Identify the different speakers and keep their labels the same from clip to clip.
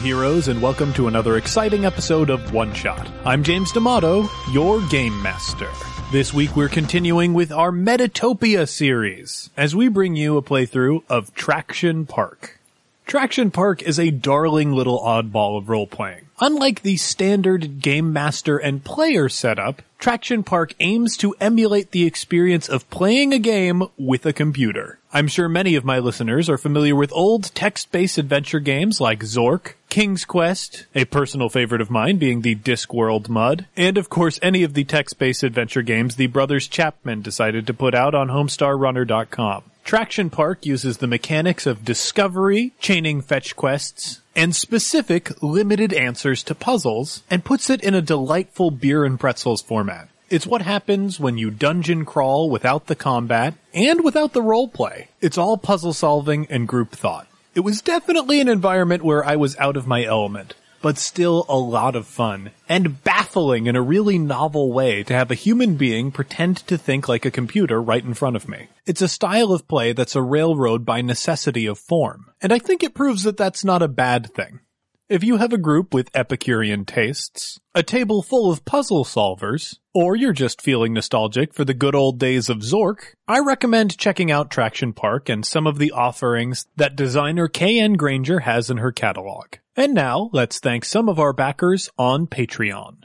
Speaker 1: heroes, and welcome to another exciting episode of One Shot. I'm James D'Amato, your game master. This week we're continuing with our Metatopia series as we bring you a playthrough of Traction Park. Traction Park is a darling little oddball of role playing. Unlike the standard game master and player setup, Traction Park aims to emulate the experience of playing a game with a computer. I'm sure many of my listeners are familiar with old text-based adventure games like Zork, King's Quest, a personal favorite of mine being the Discworld Mud, and of course any of the text-based adventure games the brothers Chapman decided to put out on homestarrunner.com. Traction Park uses the mechanics of discovery, chaining fetch quests, and specific limited answers to puzzles, and puts it in a delightful beer and pretzels format. It's what happens when you dungeon crawl without the combat and without the roleplay. It's all puzzle solving and group thought. It was definitely an environment where I was out of my element but still a lot of fun and baffling in a really novel way to have a human being pretend to think like a computer right in front of me. It's a style of play that's a railroad by necessity of form, and I think it proves that that's not a bad thing. If you have a group with Epicurean tastes, a table full of puzzle solvers, or you're just feeling nostalgic for the good old days of Zork, I recommend checking out Traction Park and some of the offerings that designer K.N. Granger has in her catalog. And now, let's thank some of our backers on Patreon.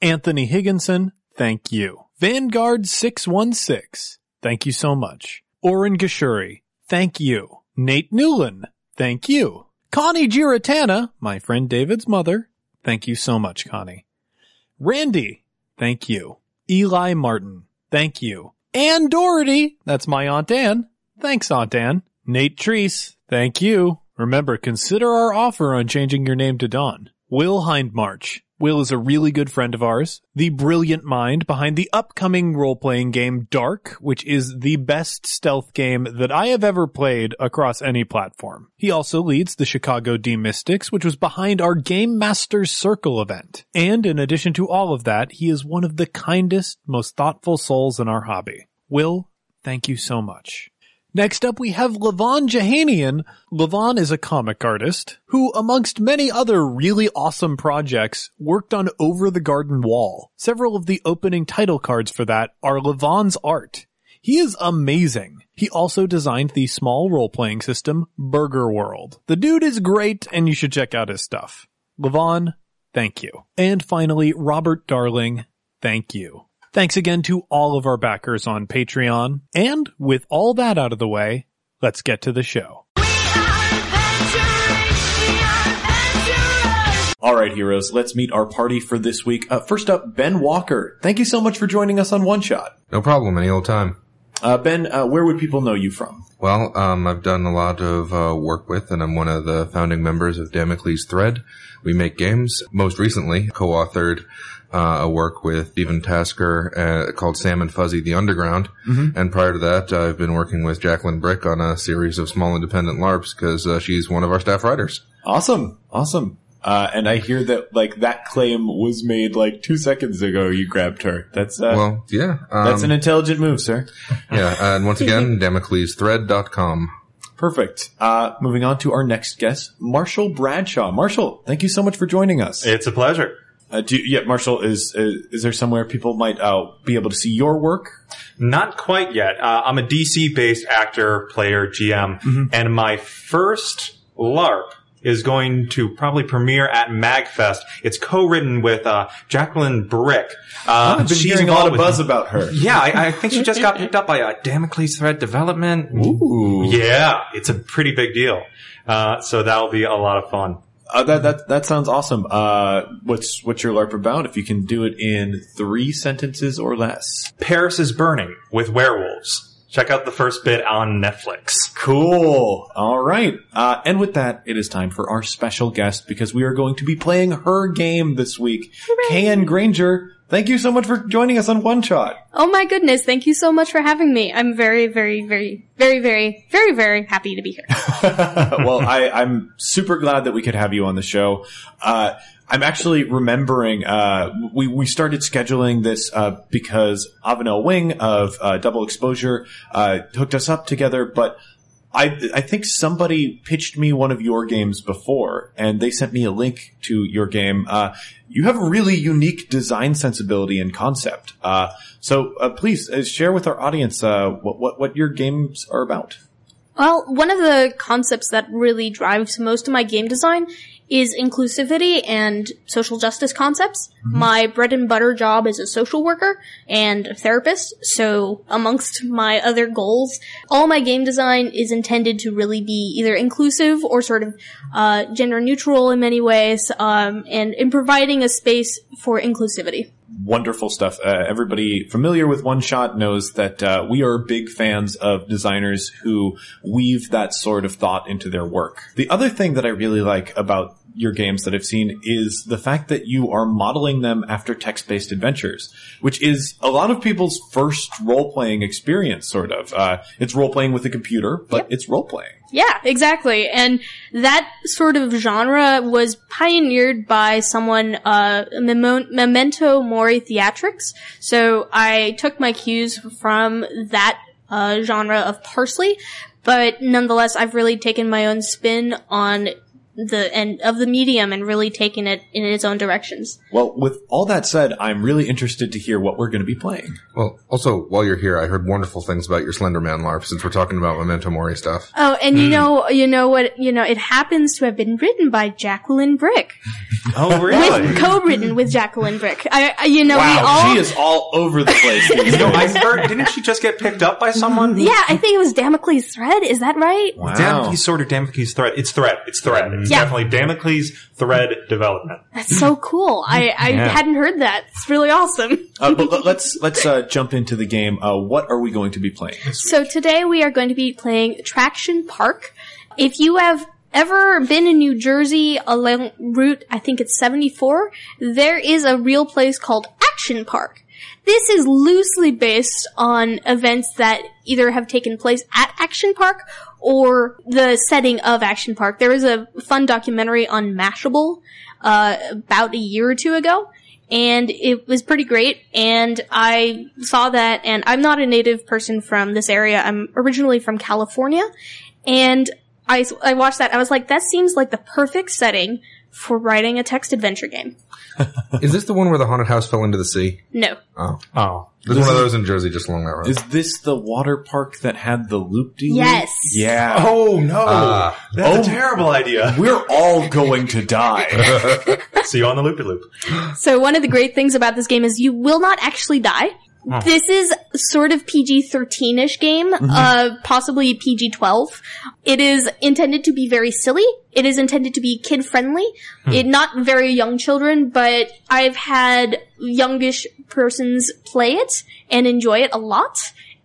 Speaker 1: Anthony Higginson, thank you. Vanguard 616, thank you so much. Oren Gashuri, thank you. Nate Newland, thank you. Connie Giratana, my friend David's mother, thank you so much, Connie. Randy, thank you. Eli Martin, thank you. Ann Doherty, that's my Aunt Ann. Thanks, Aunt Ann. Nate Treese, thank you. Remember, consider our offer on changing your name to Dawn. Will Hindmarch. Will is a really good friend of ours, the brilliant mind behind the upcoming role-playing game Dark, which is the best stealth game that I have ever played across any platform. He also leads the Chicago D-Mystics, which was behind our Game Masters Circle event. And in addition to all of that, he is one of the kindest, most thoughtful souls in our hobby. Will, thank you so much. Next up, we have Levon Jahanian. Levon is a comic artist who, amongst many other really awesome projects, worked on Over the Garden Wall. Several of the opening title cards for that are Levon's art. He is amazing. He also designed the small role-playing system Burger World. The dude is great and you should check out his stuff. Levon, thank you. And finally, Robert Darling, thank you. Thanks again to all of our backers on Patreon. And with all that out of the way, let's get to the show.
Speaker 2: All right, heroes, let's meet our party for this week. Uh, first up, Ben Walker. Thank you so much for joining us on One Shot.
Speaker 3: No problem, any old time.
Speaker 2: Uh, ben, uh, where would people know you from?
Speaker 3: Well, um, I've done a lot of uh, work with, and I'm one of the founding members of Damocles Thread. We make games. Most recently, co-authored uh, a work with Stephen Tasker uh, called Sam and Fuzzy: The Underground.
Speaker 2: Mm-hmm.
Speaker 3: And prior to that, I've been working with Jacqueline Brick on a series of small independent LARPs because uh, she's one of our staff writers.
Speaker 2: Awesome, awesome. Uh, and I hear that like that claim was made like two seconds ago. You grabbed her. That's uh,
Speaker 3: Well, yeah, um,
Speaker 2: that's an intelligent move, sir.
Speaker 3: yeah. And once again, DamoclesThread.com.
Speaker 2: Perfect. Uh, moving on to our next guest, Marshall Bradshaw. Marshall, thank you so much for joining us.
Speaker 4: It's a pleasure.
Speaker 2: Uh, do yeah, Marshall, is, is is there somewhere people might uh, be able to see your work?
Speaker 4: Not quite yet. Uh, I'm a DC based actor, player, GM,
Speaker 2: Mm-hmm.
Speaker 4: and my first LARP is going to probably premiere at MagFest. It's co written with uh, Jacqueline Brick. Uh,
Speaker 2: I've been
Speaker 4: she's
Speaker 2: hearing a lot
Speaker 4: involved
Speaker 2: of
Speaker 4: with-
Speaker 2: buzz about her.
Speaker 4: Yeah, I, I think she just got picked up by uh, Damocles Threat Development.
Speaker 2: Ooh.
Speaker 4: Yeah, it's a pretty big deal. Uh, so that'll be a lot of fun.
Speaker 2: Uh, that that that sounds awesome. Uh, what's what's your LARP about? If you can do it in three sentences or less,
Speaker 4: Paris is Burning with Werewolves. Check out the first bit on Netflix.
Speaker 2: cool. All right. Uh, and with that, it is time for our special guest because we are going to be playing her game this week. Kayan Granger, thank you so much for joining us on One Shot.
Speaker 5: Oh my goodness, thank you so much for having me. I'm very, very, very, very, very, very, very happy to be here.
Speaker 2: well, I, I'm super glad that we could have you on the show. Uh, I'm actually remembering uh, we we started scheduling this uh, because Avanel Wing of uh, Double Exposure uh, hooked us up together, but
Speaker 1: I I think somebody pitched me one of your games before, and they sent me a link to your game. Uh, you have a really unique design sensibility and concept. Uh, so uh, please uh, share with our audience uh, what, what what your games are about.
Speaker 5: Well, one of the concepts that really drives most of my game design is inclusivity and social justice concepts. My bread and butter job is a social worker and a therapist, so amongst my other goals, all my game design is intended to really be either inclusive or sort of uh, gender neutral in many ways, um, and in providing a space for inclusivity.
Speaker 1: wonderful stuff. Uh, everybody familiar with One Shot knows that uh, we are big fans of designers who weave that sort of thought into their work. The other thing that I really like about your games that I've seen is the fact that you are modeling them after text-based adventures, which is a lot of people's first role-playing experience, sort of. Uh, it's role-playing with a computer, but it's role-playing.
Speaker 5: Yeah, exactly. And that sort of genre was pioneered by someone, uh, Memo- Memento Mori Theatrics. So I took my cues from that uh, genre of parsley, but nonetheless, I've really taken my own spin on the end of the medium and really taken it in its own directions.
Speaker 1: Well, with all that said, I'm really interested to hear what we're going to be playing.
Speaker 3: Well, also, while you're here, I heard wonderful things about your Slender Man LARP since we're talking about Memento Mori stuff.
Speaker 5: Oh, and
Speaker 1: Hmm.
Speaker 5: you know, you know what, you know, it happens to have been written by Jacqueline Brick.
Speaker 4: Oh,
Speaker 5: with co-written with Jacqueline Brick. I, I you know, we all.
Speaker 1: Wow, she is all over the place. these
Speaker 4: you know, I
Speaker 1: days.
Speaker 4: heard, didn't she just get picked up by someone?
Speaker 5: yeah, I think it was Damocles' thread. Is that right?
Speaker 1: Wow.
Speaker 4: Damocles sword or Damocles thread? It's thread. It's thread. It's
Speaker 5: Yeah.
Speaker 4: definitely Damocles thread development.
Speaker 5: That's so cool. I, I
Speaker 4: Yeah.
Speaker 5: hadn't heard that. It's really awesome.
Speaker 1: uh, but let- let's let's uh, jump into the game. Uh, what are we going to be playing?
Speaker 5: So today we are going to be playing Traction Park. If you have ever been in New Jersey along Route, I think it's 74, there is a real place called Action Park. This is loosely based on events that either have taken place at Action Park or the setting of Action Park. There was a fun documentary on Mashable uh, about a year or two ago and it was pretty great. And I saw that, and I'm not a native person from this area. I'm originally from California, and I I watched that. I was like, that seems like the perfect setting for writing a text adventure game.
Speaker 3: Is this the one where the haunted house fell into the sea?
Speaker 5: No,
Speaker 3: Oh.
Speaker 4: Oh.
Speaker 3: There's one of those in Jersey just along that road.
Speaker 1: Is this the water park that had the loop de
Speaker 5: Yes.
Speaker 1: Yeah.
Speaker 4: Oh no.
Speaker 3: Ah.
Speaker 4: That's
Speaker 1: Oh.
Speaker 4: a terrible idea.
Speaker 1: We're all going to die.
Speaker 4: See you on the loopy loop.
Speaker 5: So one of the great things about this game is you will not actually die. This is sort of PG 13 ish game, uh, possibly PG 12. It is intended to be very silly. It is intended to be kid friendly. It, not very young children, but I've had youngish persons play it and enjoy it a lot.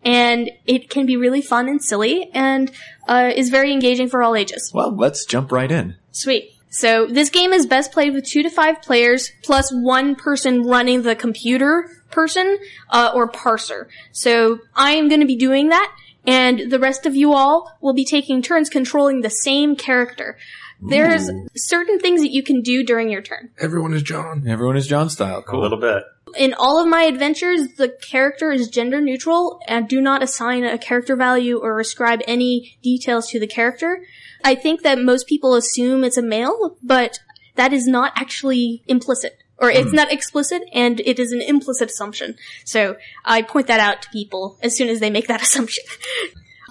Speaker 5: And it can be really fun and silly and, uh, is very engaging for all ages.
Speaker 1: well, let's jump right in.
Speaker 5: Sweet. So this game is best played with two to five players plus one person running the computer person uh, or parser. So I am going to be doing that, and the rest of you all will be taking turns controlling the same character. There's certain things that you can do during your turn.
Speaker 3: Everyone is John.
Speaker 1: Everyone is John style.
Speaker 4: A little bit.
Speaker 5: In all of my adventures, the character is gender neutral and do not assign a character value or ascribe any details to the character. I think that most people assume it's a male, but that is not actually implicit. Or it's not explicit and it is an implicit assumption. So I point that out to people as soon as they make that assumption.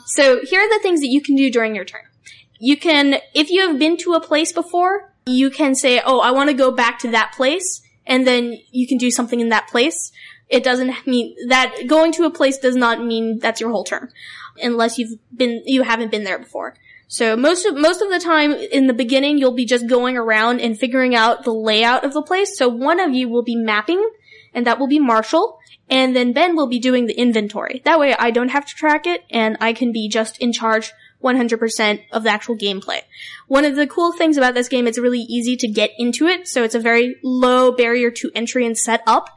Speaker 5: so here are the things that you can do during your turn. You can, if you have been to a place before, you can say, oh, I want to go back to that place, and then you can do something in that place. It doesn't mean that going to a place does not mean that's your whole turn, unless you've been, you haven't been there before. So most of, most of the time in the beginning, you'll be just going around and figuring out the layout of the place. So one of you will be mapping, and that will be Marshall. And then Ben will be doing the inventory. That way I don't have to track it and I can be just in charge 100% of the actual gameplay. One of the cool things about this game, it's really easy to get into it. So it's a very low barrier to entry and set up.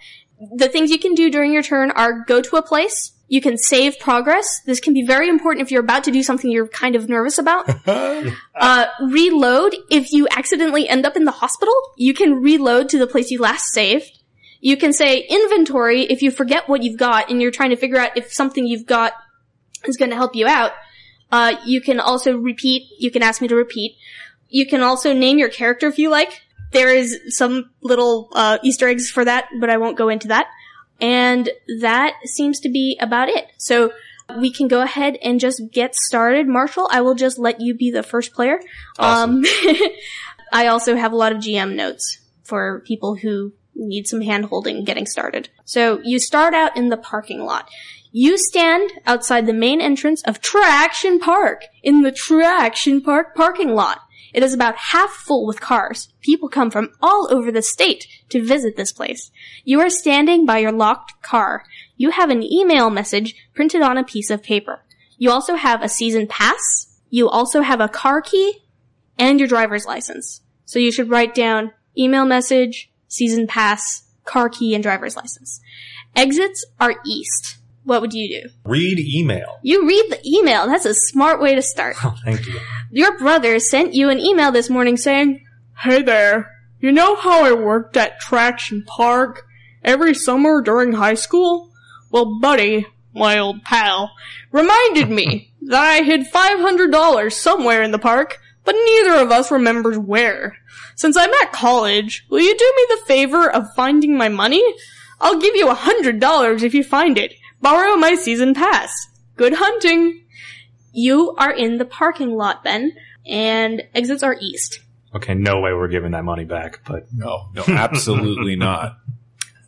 Speaker 5: The things you can do during your turn are go to a place. You can save progress. This can be very important if you're about to do something you're kind of nervous about. uh, reload. If you accidentally end up in the hospital, you can reload to the place you last saved. You can say inventory if you forget what you've got and you're trying to figure out if something you've got is going to help you out. Uh, you can also repeat. You can ask me to repeat. You can also name your character if you like. There is some little uh, Easter eggs for that, but I won't go into that. And that seems to be about it. So we can go ahead and just get started. Marshall, I will just let you be the first player.
Speaker 4: Awesome.
Speaker 5: Um, I also have a lot of GM notes for people who need some hand holding getting started. So you start out in the parking lot. You stand outside the main entrance of Traction Park in the Traction Park parking lot. It is about half full with cars. People come from all over the state to visit this place. You are standing by your locked car. You have an email message printed on a piece of paper. You also have a season pass. You also have a car key and your driver's license. So you should write down email message, season pass, car key, and driver's license. Exits are east. What would you do?
Speaker 4: Read email.
Speaker 5: You read the email. That's a smart way to start.
Speaker 4: Oh, thank you.
Speaker 5: Your brother sent you an email this morning saying,
Speaker 6: Hey there. You know how I worked at Traction Park every summer during high school? Well, Buddy, my old pal, reminded me that I hid $500 somewhere in the park, but neither of us remembers where. Since I'm at college, will you do me the favor of finding my money? I'll give you $100 if you find it. Borrow my season pass. Good hunting.
Speaker 5: You are in the parking lot, Ben, and exits are east.
Speaker 4: Okay, no way we're giving that money back, but
Speaker 1: No, no, absolutely not.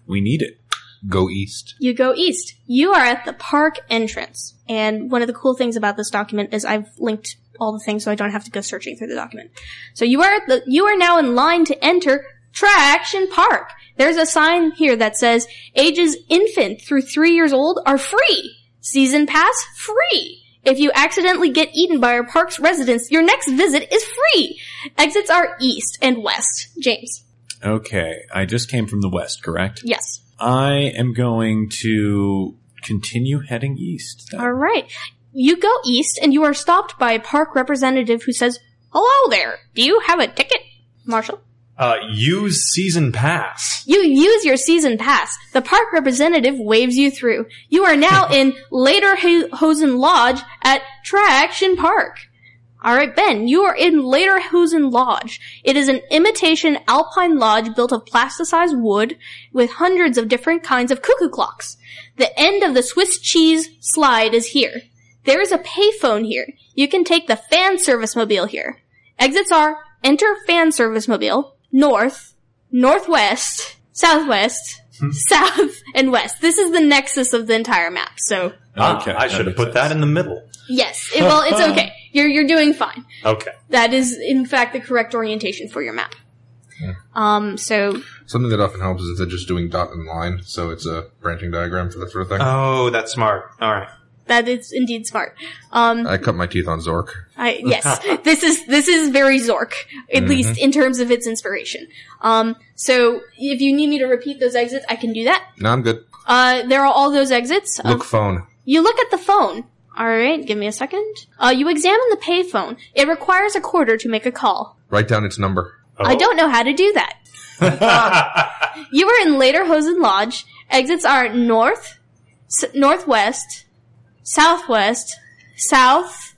Speaker 1: We need it.
Speaker 3: Go east.
Speaker 5: You go east. You are at the park entrance. And one of the cool things about this document is I've linked all the things so I don't have to go searching through the document. So you are at the, you are now in line to enter Traction Park. There's a sign here that says ages infant through three years old are free. Season pass free. If you accidentally get eaten by our park's residents, your next visit is free. Exits are east and west. James.
Speaker 1: Okay, I just came from the west, correct?
Speaker 5: Yes.
Speaker 1: I am going to continue heading east. then.
Speaker 5: All right. You go east and you are stopped by a park representative who says, Hello there. Do you have a ticket? Marshall.
Speaker 4: uh, use season pass.
Speaker 5: You use your season pass. The park representative waves you through. You are now in Lederhosen Lodge at Traction Park. Alright, Ben, you are in Lederhosen Lodge. It is an imitation alpine lodge built of plasticized wood with hundreds of different kinds of cuckoo clocks. The end of the Swiss cheese slide is here. There is a payphone here. You can take the fan service mobile here. Exits are enter fan service mobile, north, northwest, southwest, south, and west. This is the nexus of the entire map. So
Speaker 4: Ah, Okay, I should have put that in the middle.
Speaker 5: yes, it, well, it's okay. You're you're doing fine.
Speaker 4: Okay.
Speaker 5: That is in fact the correct orientation for your map. Um. So
Speaker 3: Something that often helps is instead of just doing dot and line, so it's a branching diagram for that sort of
Speaker 1: Uh.
Speaker 3: thing.
Speaker 4: Oh, that's smart. All right.
Speaker 5: that is indeed smart. Um.
Speaker 3: I cut my teeth on Zork.
Speaker 5: I, yes, this is this is very Zork, at least in terms of its inspiration. Um, so if you need me to repeat those exits, I can do that.
Speaker 3: No, I'm good.
Speaker 5: Uh, there are all those exits. Um,
Speaker 1: Uh.
Speaker 3: Look, phone.
Speaker 5: you look at the phone. All right, give me a second. Uh, you examine the payphone. It requires a quarter to make a call.
Speaker 3: Write down its number.
Speaker 5: I don't know how to do that. Uh, you were in Lederhosen Lodge. Exits are north, s- northwest, southwest, south,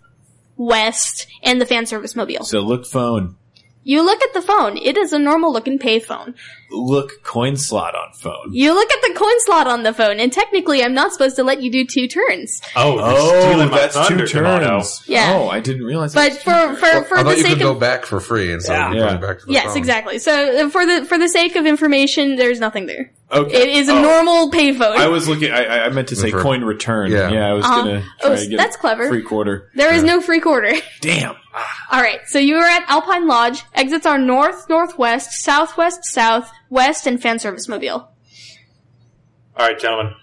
Speaker 5: west, and the fan service mobile.
Speaker 1: So look phone.
Speaker 5: You look at the phone. It is a normal looking payphone.
Speaker 1: Look coin slot on phone.
Speaker 5: You look at the coin slot on the phone, and technically I'm not supposed to let you do two turns.
Speaker 4: Oh, you're stealing my thunder, Tomato.
Speaker 5: Yeah.
Speaker 1: Oh, I didn't realize.
Speaker 5: But
Speaker 1: that was
Speaker 5: for, for,
Speaker 3: I
Speaker 5: for the
Speaker 3: thought you could
Speaker 5: sake
Speaker 3: go
Speaker 5: of,
Speaker 3: back for free instead of
Speaker 1: Yeah.
Speaker 3: going back to the
Speaker 5: yes,
Speaker 3: phone.
Speaker 5: exactly. So uh, for the, for the sake of information, there's nothing there.
Speaker 1: okay.
Speaker 5: It is a
Speaker 1: Oh,
Speaker 5: normal payphone.
Speaker 1: I was looking. I- I, I meant to say
Speaker 3: For-
Speaker 1: coin return.
Speaker 3: Yeah.
Speaker 1: Yeah, I was
Speaker 5: Uh-huh.
Speaker 1: gonna.
Speaker 5: Oh,
Speaker 1: Try to get
Speaker 5: that's
Speaker 1: a
Speaker 5: clever.
Speaker 1: Free quarter.
Speaker 5: there is no free quarter.
Speaker 1: Damn.
Speaker 5: All right. So you are at Alpine Lodge. Exits are north, northwest, southwest, south, west, and fan service mobile.
Speaker 4: All right, gentlemen.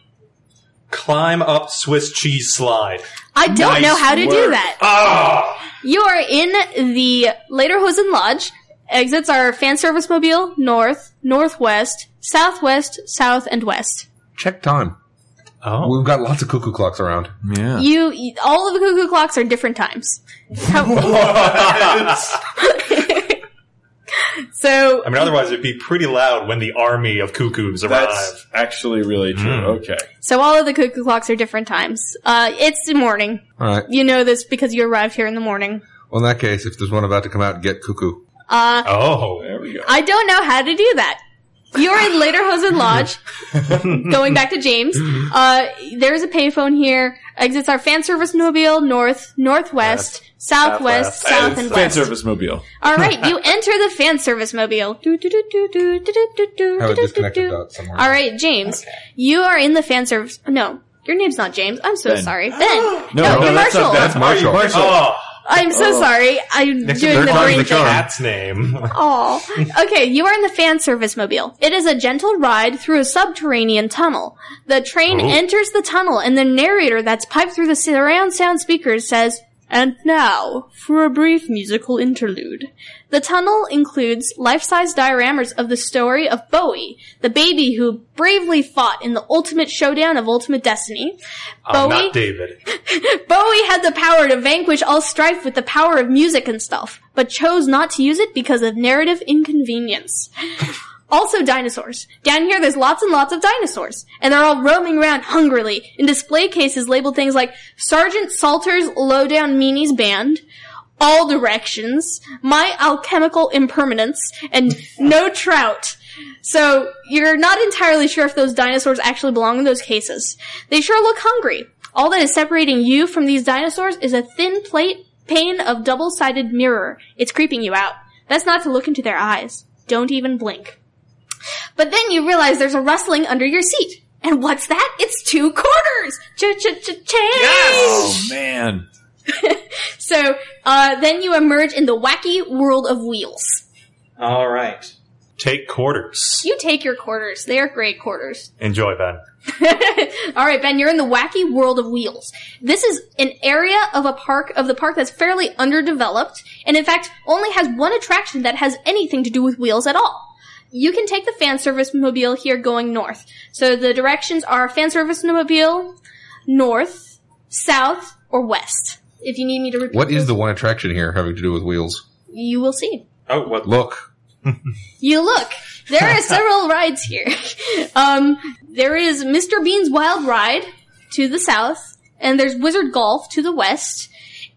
Speaker 4: Climb up Swiss cheese slide.
Speaker 5: I don't
Speaker 1: Nice
Speaker 5: know how to do
Speaker 1: work.
Speaker 5: that.
Speaker 4: Ah!
Speaker 5: You are in the Lederhosen Lodge. Exits are Fan Service Mobile, North, Northwest, Southwest, South, and West.
Speaker 3: Check time.
Speaker 4: Oh.
Speaker 3: We've got lots of cuckoo clocks around.
Speaker 1: Yeah.
Speaker 5: You, all of the cuckoo clocks are different times. How-
Speaker 7: So
Speaker 4: I mean, otherwise it'd be pretty loud when the army of cuckoos arrive.
Speaker 1: That's actually really true.
Speaker 4: Mm.
Speaker 1: Okay.
Speaker 5: So all of the cuckoo clocks are different times. Uh, it's the morning.
Speaker 3: All right.
Speaker 5: You know this because you arrived here in the morning.
Speaker 3: Well, in that case, if there's one about to come out, get cuckoo.
Speaker 5: Uh,
Speaker 4: oh,
Speaker 1: There we go.
Speaker 5: I don't know how to do that. You're in Lederhosen Lodge. going back to James, uh, there's a payphone here. Exits are fan service mobile north, northwest,
Speaker 4: Southwest.
Speaker 5: southwest, south, and
Speaker 1: Uh, Fan
Speaker 5: west.
Speaker 1: service mobile.
Speaker 5: All right, you enter the fan service mobile. Do, do, do, do, do, do, do, do, do,
Speaker 3: I would
Speaker 5: do, do,
Speaker 3: disconnect the
Speaker 5: do.
Speaker 3: dot somewhere.
Speaker 5: All right, James, you are in the fan service. No, your name's not James. I'm so
Speaker 1: Ben.
Speaker 5: sorry, Ben. no,
Speaker 1: no,
Speaker 5: you're
Speaker 1: that's
Speaker 5: Marshall.
Speaker 1: not- that's
Speaker 3: Marshall.
Speaker 4: oh,
Speaker 5: I'm so sorry. I'm
Speaker 4: next
Speaker 5: doing
Speaker 4: third
Speaker 5: the
Speaker 4: time's
Speaker 5: brain
Speaker 4: the
Speaker 5: thing.
Speaker 4: cat's name.
Speaker 5: Aw. Okay, you are in the fan service mobile. It is a gentle ride through a subterranean tunnel. The train
Speaker 4: Oh.
Speaker 5: enters the tunnel and the narrator that's piped through the surround sound speakers says, and now, for a brief musical interlude. The tunnel includes life-size dioramas of the story of Bowie, the baby who bravely fought in the ultimate showdown of ultimate destiny.
Speaker 4: I'm
Speaker 5: Bowie?
Speaker 4: not David.
Speaker 5: Bowie had the power to vanquish all strife with the power of music and stuff, but chose not to use it because of narrative inconvenience. also dinosaurs. Down here there's lots and lots of dinosaurs, and they're all roaming around hungrily in display cases labeled things like Sergeant Salter's Lowdown Meanies Band, All Directions, My Alchemical Impermanence, and No Trout. So you're not entirely sure if those dinosaurs actually belong in those cases. They sure look hungry. All that is separating you from these dinosaurs is a thin plate pane of double-sided mirror. It's creeping you out. That's not to look into their eyes. Don't even blink. But then you realize there's a rustling under your seat. And what's that? It's two quarters! Ch-ch-ch-change!
Speaker 1: Oh man.
Speaker 5: So, uh, then you emerge in the wacky world of wheels.
Speaker 4: All right. Take quarters.
Speaker 5: You take your quarters. They are great quarters.
Speaker 4: Enjoy, Ben.
Speaker 5: All right, Ben, you're in the wacky world of wheels. This is an area of a park of the park that's fairly underdeveloped, and in fact, only has one attraction that has anything to do with wheels at all. You can take the fan service mobile here going north. So the directions are fan service mobile north, south, or west. If you need me to repeat,
Speaker 3: What is
Speaker 5: those,
Speaker 3: the one attraction here having to do with wheels?
Speaker 5: you will see.
Speaker 4: Oh, what?
Speaker 3: Look,
Speaker 5: You look. There are several rides here. Um, there is Mr. Bean's Wild Ride to the south, and there's Wizard Golf to the west,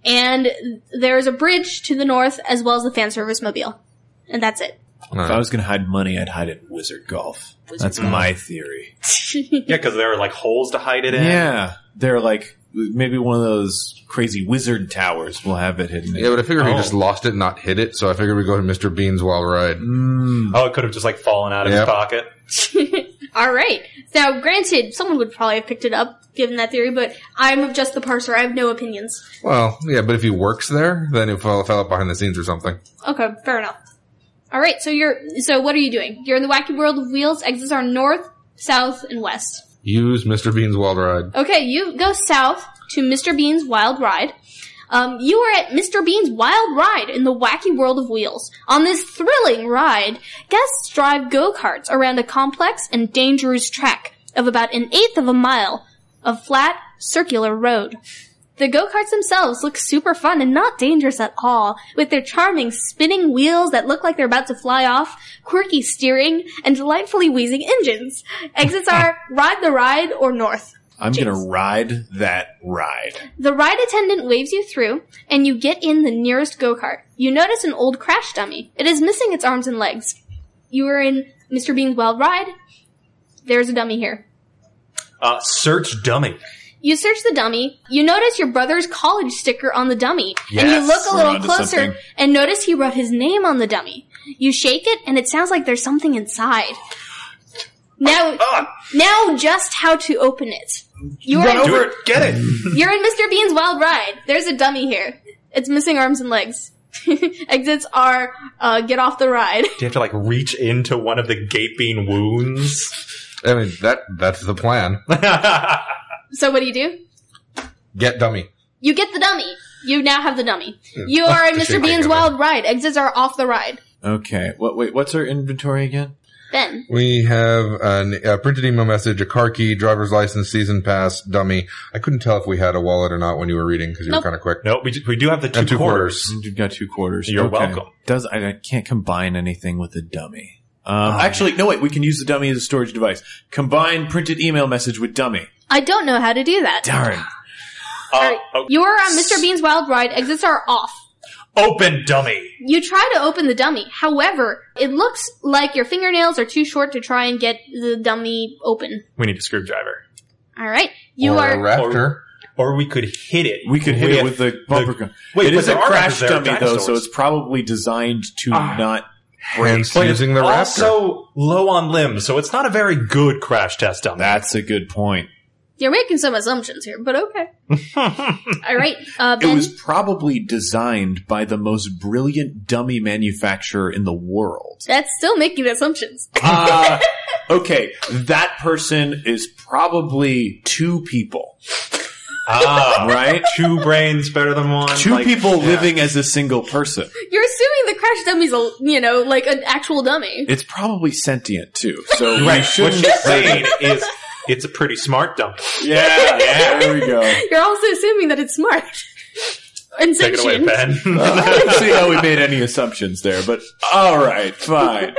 Speaker 5: and there's a bridge to the north, as well as the fan service mobile. And that's it.
Speaker 3: All
Speaker 1: If I
Speaker 3: right.
Speaker 1: was gonna hide money, I'd hide it in Wizard Golf. That's my theory.
Speaker 4: Yeah, because there are like holes to hide it in.
Speaker 1: Yeah. They're like maybe one of those crazy wizard towers will have it hidden.
Speaker 3: yeah, but I figured he
Speaker 4: Oh.
Speaker 3: just lost it, and not hit it. So I figured we go to Mr. Bean's Wild Ride.
Speaker 1: Mm.
Speaker 4: Oh, it could have just like fallen out of
Speaker 3: Yep.
Speaker 4: his pocket.
Speaker 5: All right. Now, granted, someone would probably have picked it up given that theory, but I'm just the parser. I have no opinions.
Speaker 3: Well, yeah, but if he works there, then he fell, fell out behind the scenes or something.
Speaker 5: Okay, fair enough. All right. So you're. So what are you doing? You're in the wacky world of wheels. Exits are north, south, and west.
Speaker 3: Use Mr. Bean's Wild Ride.
Speaker 5: Okay, you go south to Mr. Bean's Wild Ride. Um, you are at Mr. Bean's Wild Ride in the wacky world of wheels. On this thrilling ride, guests drive go-karts around a complex and dangerous track of about an eighth of a mile of flat, circular road. The go-karts themselves look super fun and not dangerous at all, with their charming spinning wheels that look like they're about to fly off, quirky steering, and delightfully wheezing engines. Exits are ride the ride or north.
Speaker 1: I'm
Speaker 5: James.
Speaker 1: gonna ride that ride.
Speaker 5: The ride attendant waves you through, and you get in the nearest go kart. You notice an old crash dummy. It is missing its arms and legs. You are in Mr. Bean's Wild Ride. There's a dummy here.
Speaker 4: Uh, search dummy.
Speaker 5: You search the dummy. You notice your brother's college sticker on the dummy, and you
Speaker 4: Yes,
Speaker 5: look a
Speaker 1: we're
Speaker 5: little
Speaker 1: onto
Speaker 5: closer
Speaker 1: something.
Speaker 5: and notice he wrote his name on the dummy. You shake it, and it sounds like there's something inside. Now,
Speaker 4: Ah,
Speaker 5: now, just how to open it. You are in,
Speaker 4: it. Get it.
Speaker 5: You're in Mr. Bean's Wild Ride. There's a dummy here. It's missing arms and legs. Exits are uh, get off the ride.
Speaker 4: Do you have to like reach into one of the gaping wounds?
Speaker 3: I mean, that that's the plan.
Speaker 5: So what do you do?
Speaker 3: Get dummy.
Speaker 5: You get the dummy. You now have the dummy. You are in
Speaker 3: Shake
Speaker 5: Mr.
Speaker 3: it
Speaker 5: Bean's
Speaker 3: together.
Speaker 5: Wild Ride. Exits are off the ride.
Speaker 1: Okay. What? Wait. What's our inventory again?
Speaker 5: Ben.
Speaker 3: We have an, a printed email message, a car key, driver's license, season pass, dummy. I couldn't tell if we had a wallet or not when you were reading because you
Speaker 5: Nope.
Speaker 3: were kind of quick.
Speaker 4: No, we, ju- we do have the two,
Speaker 3: And two
Speaker 4: quarters.
Speaker 1: You've got two quarters.
Speaker 4: You're welcome.
Speaker 1: Does I I can't combine anything with a dummy?
Speaker 4: Oh,
Speaker 1: Um, actually, no. Wait, we can use the dummy as a storage device. Combine printed email message with dummy.
Speaker 5: I don't know how to do that.
Speaker 1: Darn.
Speaker 4: Uh,
Speaker 5: All right.
Speaker 4: o-
Speaker 5: Your uh, Mr. Bean's Wild Ride exits are off.
Speaker 4: Open dummy.
Speaker 5: You try to open the dummy. However, it looks like your fingernails are too short to try and get the dummy open.
Speaker 4: We need a screwdriver.
Speaker 5: All right. You
Speaker 3: or
Speaker 5: are.
Speaker 3: a rafter.
Speaker 4: Or we could hit it.
Speaker 1: We could hit it with the bumper gun.
Speaker 4: Wait,
Speaker 1: it
Speaker 4: but
Speaker 1: is a
Speaker 4: there are
Speaker 1: crash
Speaker 4: there are
Speaker 1: dummy though, so
Speaker 4: dinosaurs.
Speaker 1: it's probably designed to
Speaker 4: Ah.
Speaker 1: not.
Speaker 3: Hence
Speaker 4: But
Speaker 3: using the
Speaker 4: it's
Speaker 3: rafter.
Speaker 4: also low on limbs, so it's not a very good crash test dummy.
Speaker 1: That's a good point.
Speaker 5: You're making some assumptions here, but okay. All right. Uh,
Speaker 1: It
Speaker 5: ben.
Speaker 1: was probably designed by the most brilliant dummy manufacturer in the world.
Speaker 5: that's still making assumptions.
Speaker 1: Uh, okay, that person is probably two people,
Speaker 4: ah,
Speaker 1: right?
Speaker 4: two brains better than one.
Speaker 1: Two
Speaker 4: Like,
Speaker 1: people
Speaker 4: yeah.
Speaker 1: living as a single person.
Speaker 5: You're assuming the crash dummy's, a, you know, like an actual dummy.
Speaker 1: It's probably sentient too. So we
Speaker 4: Right. What
Speaker 1: shouldn't
Speaker 4: she's
Speaker 1: say.
Speaker 4: saying is, it's a pretty smart dummy.
Speaker 1: Yeah, yeah. There we go.
Speaker 5: You're also assuming that it's smart. and
Speaker 4: Take it away,
Speaker 5: sentient.
Speaker 4: Ben.
Speaker 1: I don't see how we made any assumptions there, but all right, fine.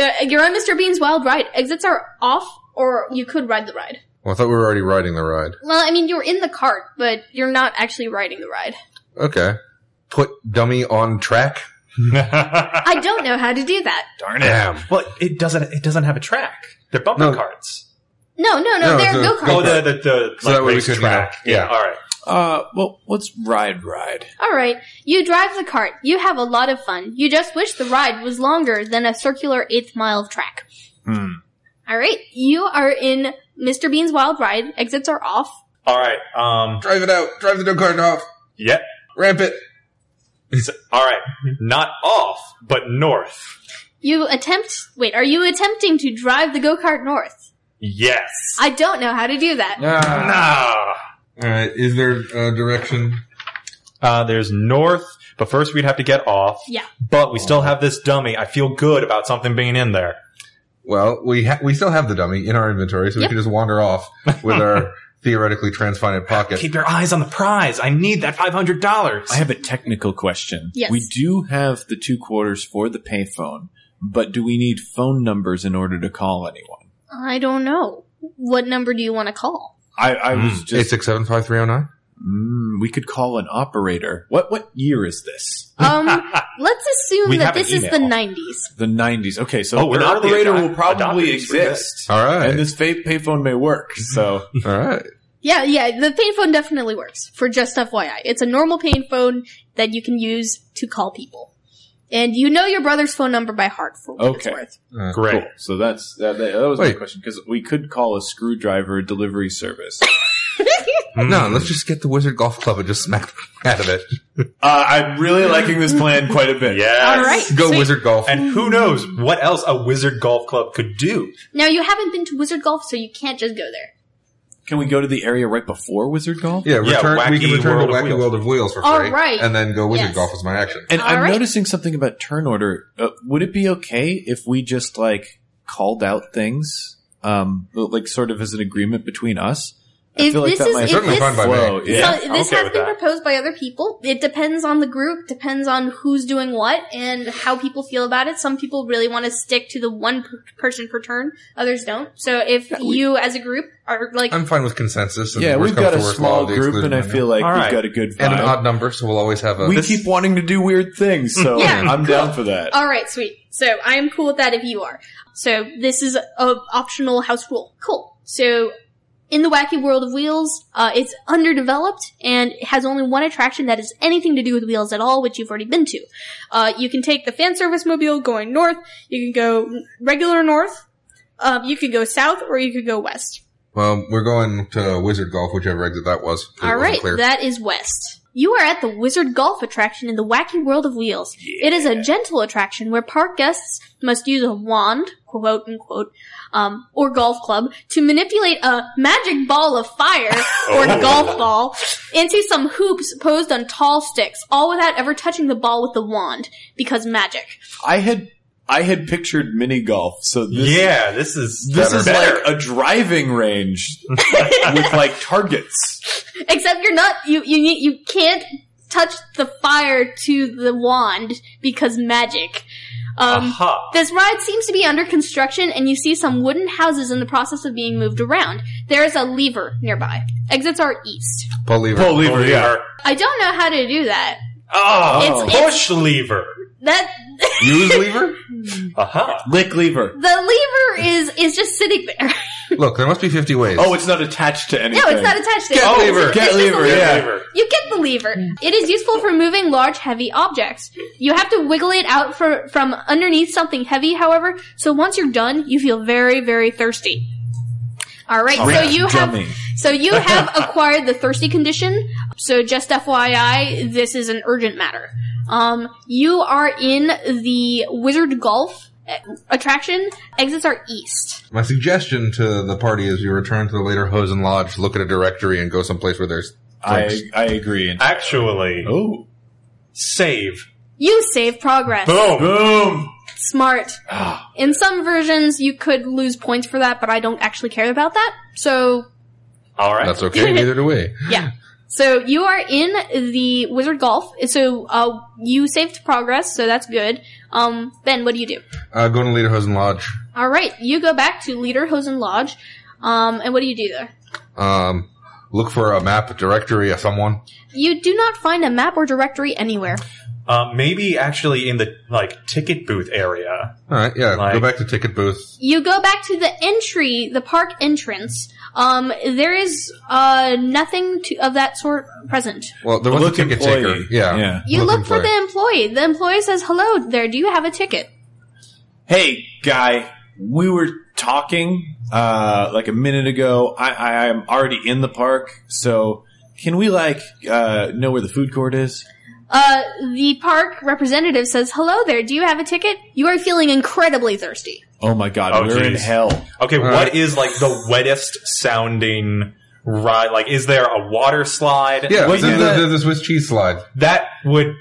Speaker 5: Uh, You're on Mr. Bean's Wild Ride. Exits are off, or you could ride the ride.
Speaker 3: well, I thought we were already riding the ride.
Speaker 5: Well, I mean, you're in the cart, but you're not actually riding the ride.
Speaker 3: Okay. Put dummy on track.
Speaker 1: Uh.
Speaker 5: I don't know how to do that.
Speaker 1: Darn
Speaker 3: Damn.
Speaker 4: well, it doesn't. It doesn't have a track. They're bumper
Speaker 3: No.
Speaker 4: carts.
Speaker 5: No, no, no,
Speaker 3: No,
Speaker 5: they're
Speaker 3: the-
Speaker 5: go karts.
Speaker 4: Oh, the the, the
Speaker 3: So
Speaker 4: like
Speaker 3: that way we
Speaker 4: race
Speaker 3: could, you know,
Speaker 4: track.
Speaker 3: yeah.
Speaker 4: All right.
Speaker 1: Uh, well, let's ride, ride.
Speaker 5: All right, you drive the cart. You have a lot of fun. You just wish the ride was longer than a circular eighth mile of track.
Speaker 1: Hmm.
Speaker 5: All right, you are in Mr. Bean's Wild Ride. Exits are off.
Speaker 4: All right. Um.
Speaker 3: Drive it out. Drive the dog cart off.
Speaker 4: Yep.
Speaker 3: Ramp it.
Speaker 4: So- all right. Not off, but north.
Speaker 5: You attempt. Wait, are you attempting to drive the go kart north?
Speaker 4: Yes.
Speaker 5: I don't know how to do that.
Speaker 3: Ah.
Speaker 4: Nah.
Speaker 3: All right. Is there a direction?
Speaker 4: Uh, there's north, but first we'd have to get off.
Speaker 5: Yeah.
Speaker 4: But we still have this dummy. I feel good about something being in there.
Speaker 3: Well, we ha- we still have the dummy in our inventory, so we
Speaker 5: Yep.
Speaker 3: can just wander off with our theoretically transfinite pocket.
Speaker 4: Keep your eyes on the prize. I need that five hundred dollars.
Speaker 1: I have a technical question.
Speaker 5: Yes.
Speaker 1: We do have the two quarters for the payphone, but do we need phone numbers in order to call anyone?
Speaker 5: I don't know. What number do you want to call?
Speaker 1: I, I was
Speaker 3: Eight
Speaker 1: just.
Speaker 3: six seven five three zero nine.
Speaker 1: Mm, we could call an operator. What what year is this?
Speaker 5: Um, let's assume
Speaker 4: We
Speaker 5: that
Speaker 4: have an
Speaker 5: this is the
Speaker 4: email.
Speaker 5: 90s.
Speaker 1: The 90s. Okay, so
Speaker 4: Oh, we're
Speaker 1: an
Speaker 4: early
Speaker 1: operator
Speaker 4: ado-
Speaker 1: will probably
Speaker 4: adopters. We're good.
Speaker 1: exist.
Speaker 3: All right.
Speaker 1: And this fa- payphone may work. So
Speaker 3: All right.
Speaker 5: Yeah, yeah, the payphone definitely works for just FYI. It's a normal payphone that you can use to call people. And you know your brother's phone number by heart for what it's
Speaker 1: Okay.
Speaker 5: worth.
Speaker 3: Uh,
Speaker 4: Great.
Speaker 1: Cool. So that's that, that was my
Speaker 3: Wait.
Speaker 1: question because we could call a screwdriver delivery service.
Speaker 3: No, let's just get the Wizard Golf Club and just smack the out of it.
Speaker 1: uh, I'm really liking this plan quite a bit.
Speaker 4: Yes.
Speaker 5: All right.
Speaker 3: Go
Speaker 5: sweet.
Speaker 3: Wizard Golf.
Speaker 4: And who knows what else a wizard golf club could do?
Speaker 5: Now you haven't been to Wizard Golf, so you can't just go there.
Speaker 1: Can we go to the area right before Wizard Golf?
Speaker 3: yeah,
Speaker 4: Yeah,
Speaker 3: return, we
Speaker 4: Wacky
Speaker 3: can return
Speaker 4: World
Speaker 3: to
Speaker 4: of
Speaker 3: Wacky
Speaker 4: Wheels.
Speaker 3: World of Wheels for free.
Speaker 5: All right.
Speaker 3: And then go Wizard
Speaker 5: Yes.
Speaker 3: Golf as my action.
Speaker 1: And
Speaker 5: All
Speaker 1: I'm
Speaker 5: right.
Speaker 1: noticing something about turn order. Uh, would it be okay if we just like called out things, um, like sort of as an agreement between us? I
Speaker 5: If
Speaker 1: feel like
Speaker 5: this
Speaker 1: that
Speaker 5: is-
Speaker 1: might
Speaker 5: if Certainly this- fine by
Speaker 3: me.
Speaker 1: Whoa, yeah.
Speaker 5: so
Speaker 4: I'm
Speaker 5: this
Speaker 4: okay
Speaker 5: has
Speaker 4: with
Speaker 5: been
Speaker 4: that.
Speaker 5: proposed by other people. It depends on the group, depends on who's doing what, and how people feel about it. Some people really want to stick to the one per- person per turn, others don't. So if you as a group are like,
Speaker 3: I'm fine with consensus. And
Speaker 1: yeah, we've
Speaker 3: worst comes
Speaker 1: got a
Speaker 3: to worst, law
Speaker 1: small
Speaker 3: of the
Speaker 1: group,
Speaker 3: excluded
Speaker 1: and I
Speaker 3: minor.
Speaker 1: feel like
Speaker 4: All
Speaker 1: we've
Speaker 4: right.
Speaker 1: got a good
Speaker 3: and an
Speaker 1: vibe.
Speaker 3: odd number, so we'll always have a.
Speaker 1: we keep wanting to do weird things, so
Speaker 5: Yeah,
Speaker 1: I'm down for that.
Speaker 5: all right, sweet. So I am cool with that if you are. So this is a optional house rule. Cool. So in the wacky world of wheels, uh, it's underdeveloped and it has only one attraction that has anything to do with wheels at all, which you've already been to. Uh, you can take the fan service mobile going north. You can go regular north. Um, you could go south or you could go west.
Speaker 3: well, we're going to Wizard Golf, whichever exit that was. 'cause it
Speaker 5: All
Speaker 3: wasn't
Speaker 5: right,
Speaker 3: clear.
Speaker 5: that is West. You are at the Wizard Golf attraction in the Wacky World of Wheels. It is a gentle attraction where park guests must use a wand, quote unquote, um, or golf club to manipulate a magic ball of fire or
Speaker 4: Oh.
Speaker 5: golf ball into some hoops posed on tall sticks, all without ever touching the ball with the wand because magic.
Speaker 1: I had I had pictured mini golf, so this,
Speaker 4: yeah, this is
Speaker 1: this
Speaker 4: better.
Speaker 1: is
Speaker 4: Better.
Speaker 1: like a driving range with like targets.
Speaker 5: Except you're not you you need you can't touch the fire to the wand because magic. Um,
Speaker 4: Aha.
Speaker 5: This ride seems to be under construction, and you see some wooden houses in the process of being moved around. There is a lever nearby. Exits are east.
Speaker 3: Pull lever.
Speaker 1: Pull lever, yeah.
Speaker 5: I don't know how to do that.
Speaker 4: Ah,
Speaker 1: It's-
Speaker 4: push lever.
Speaker 5: That
Speaker 3: Use lever? Uh-huh.
Speaker 4: Aha.
Speaker 1: Lick lever.
Speaker 5: the lever is is just sitting there.
Speaker 3: Look, there must be 50 ways.
Speaker 1: Oh, it's not attached to anything.
Speaker 5: no, it's not attached. to
Speaker 3: Get
Speaker 5: it. It's-
Speaker 3: lever,
Speaker 5: it's
Speaker 1: get
Speaker 5: just a
Speaker 1: lever, yeah.
Speaker 4: Oh, Lever.
Speaker 5: You get the lever. It is useful for moving large, heavy objects. You have to wiggle it out for, from underneath something heavy, however, so once you're done, you feel very, very thirsty. Alright, so
Speaker 1: Rick
Speaker 5: you
Speaker 1: Oh, Dummy.
Speaker 5: have so you have acquired the thirsty condition. So just FYI, this is an urgent matter. Um, you are in the Wizard Golf eh, attraction. Exits are east.
Speaker 3: My suggestion to the party is you return to the later Hosen Lodge, look at a directory, and go someplace where there's
Speaker 1: I I agree.
Speaker 4: Actually,
Speaker 1: Oh,
Speaker 4: save.
Speaker 5: You save progress.
Speaker 4: Boom.
Speaker 1: boom!
Speaker 5: Smart.
Speaker 1: ah,
Speaker 5: In some versions, you could lose points for that, but I don't actually care about that. So,
Speaker 4: All right.
Speaker 3: That's okay. Neither do we.
Speaker 5: yeah. So you are in the Wizard Golf. So, uh, you saved progress, so that's good. Um, Ben, what do you do?
Speaker 3: Uh, go to Leader Hosen Lodge.
Speaker 5: Alright, you go back to Leaderhosen Lodge. Um, and what do you do there?
Speaker 3: Um, look for a map, a directory, or someone.
Speaker 5: You do not find a map or directory anywhere.
Speaker 4: Uh, maybe actually in the like ticket booth area.
Speaker 3: All right, yeah. go
Speaker 4: Like-
Speaker 3: back to ticket booth.
Speaker 5: You go back to the entry, the park entrance. Um, there is, uh, nothing to, of that sort present.
Speaker 3: Well, there was a
Speaker 1: Look,
Speaker 3: ticket
Speaker 1: employee.
Speaker 3: taker. Yeah.
Speaker 1: Yeah.
Speaker 5: You
Speaker 3: Looking
Speaker 5: look for the employee. The employee says, "Hello there. Do you have a ticket?"
Speaker 1: Hey, guy, we were talking uh, like a minute ago. I, I am already in the park, so can we like uh, know where the food court is?
Speaker 5: Uh, the park representative says, "Hello there. Do you have a ticket?" You are feeling incredibly thirsty.
Speaker 1: Oh my god,
Speaker 4: Oh,
Speaker 1: we're in
Speaker 4: geez.
Speaker 1: hell.
Speaker 4: Okay,
Speaker 3: All
Speaker 4: what
Speaker 3: right.
Speaker 4: is like the wettest sounding ride? Like, is there a water slide?
Speaker 3: Yeah,
Speaker 1: Wait,
Speaker 3: there's,
Speaker 1: yeah.
Speaker 3: there's- there's the Swiss cheese slide.
Speaker 4: that would.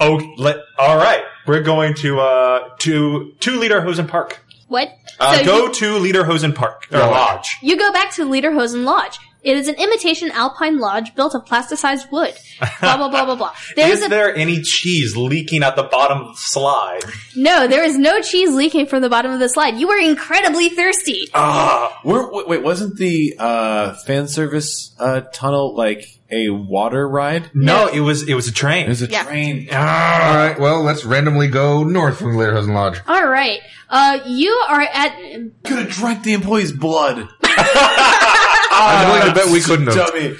Speaker 4: Oh, let. All right, we're going to uh to to Lederhosen Park.
Speaker 5: What?
Speaker 4: Uh,
Speaker 5: So
Speaker 4: go
Speaker 5: you,
Speaker 4: to Lederhosen Park or
Speaker 3: Yeah.
Speaker 4: Lodge.
Speaker 5: you go back to Lederhosen Lodge. It is an imitation alpine lodge built of plasticized wood. Blah blah blah blah blah. There is
Speaker 4: is
Speaker 5: a
Speaker 4: there any cheese leaking at the bottom of the slide?
Speaker 5: no. There is no cheese leaking from the bottom of the slide. You are incredibly thirsty.
Speaker 4: Ah,
Speaker 1: We're, wait, wait, wasn't the uh, fan service uh, tunnel like a water ride?
Speaker 4: no, it was it was a train.
Speaker 1: There's a
Speaker 5: Yeah.
Speaker 1: train. Ah.
Speaker 3: All right, well, let's randomly go north from Leader Hosen Lodge.
Speaker 5: All right. Uh, you are at
Speaker 1: Could have drank the employee's blood. Ah,
Speaker 3: I'm willing to bet we couldn't have.
Speaker 1: Dummy.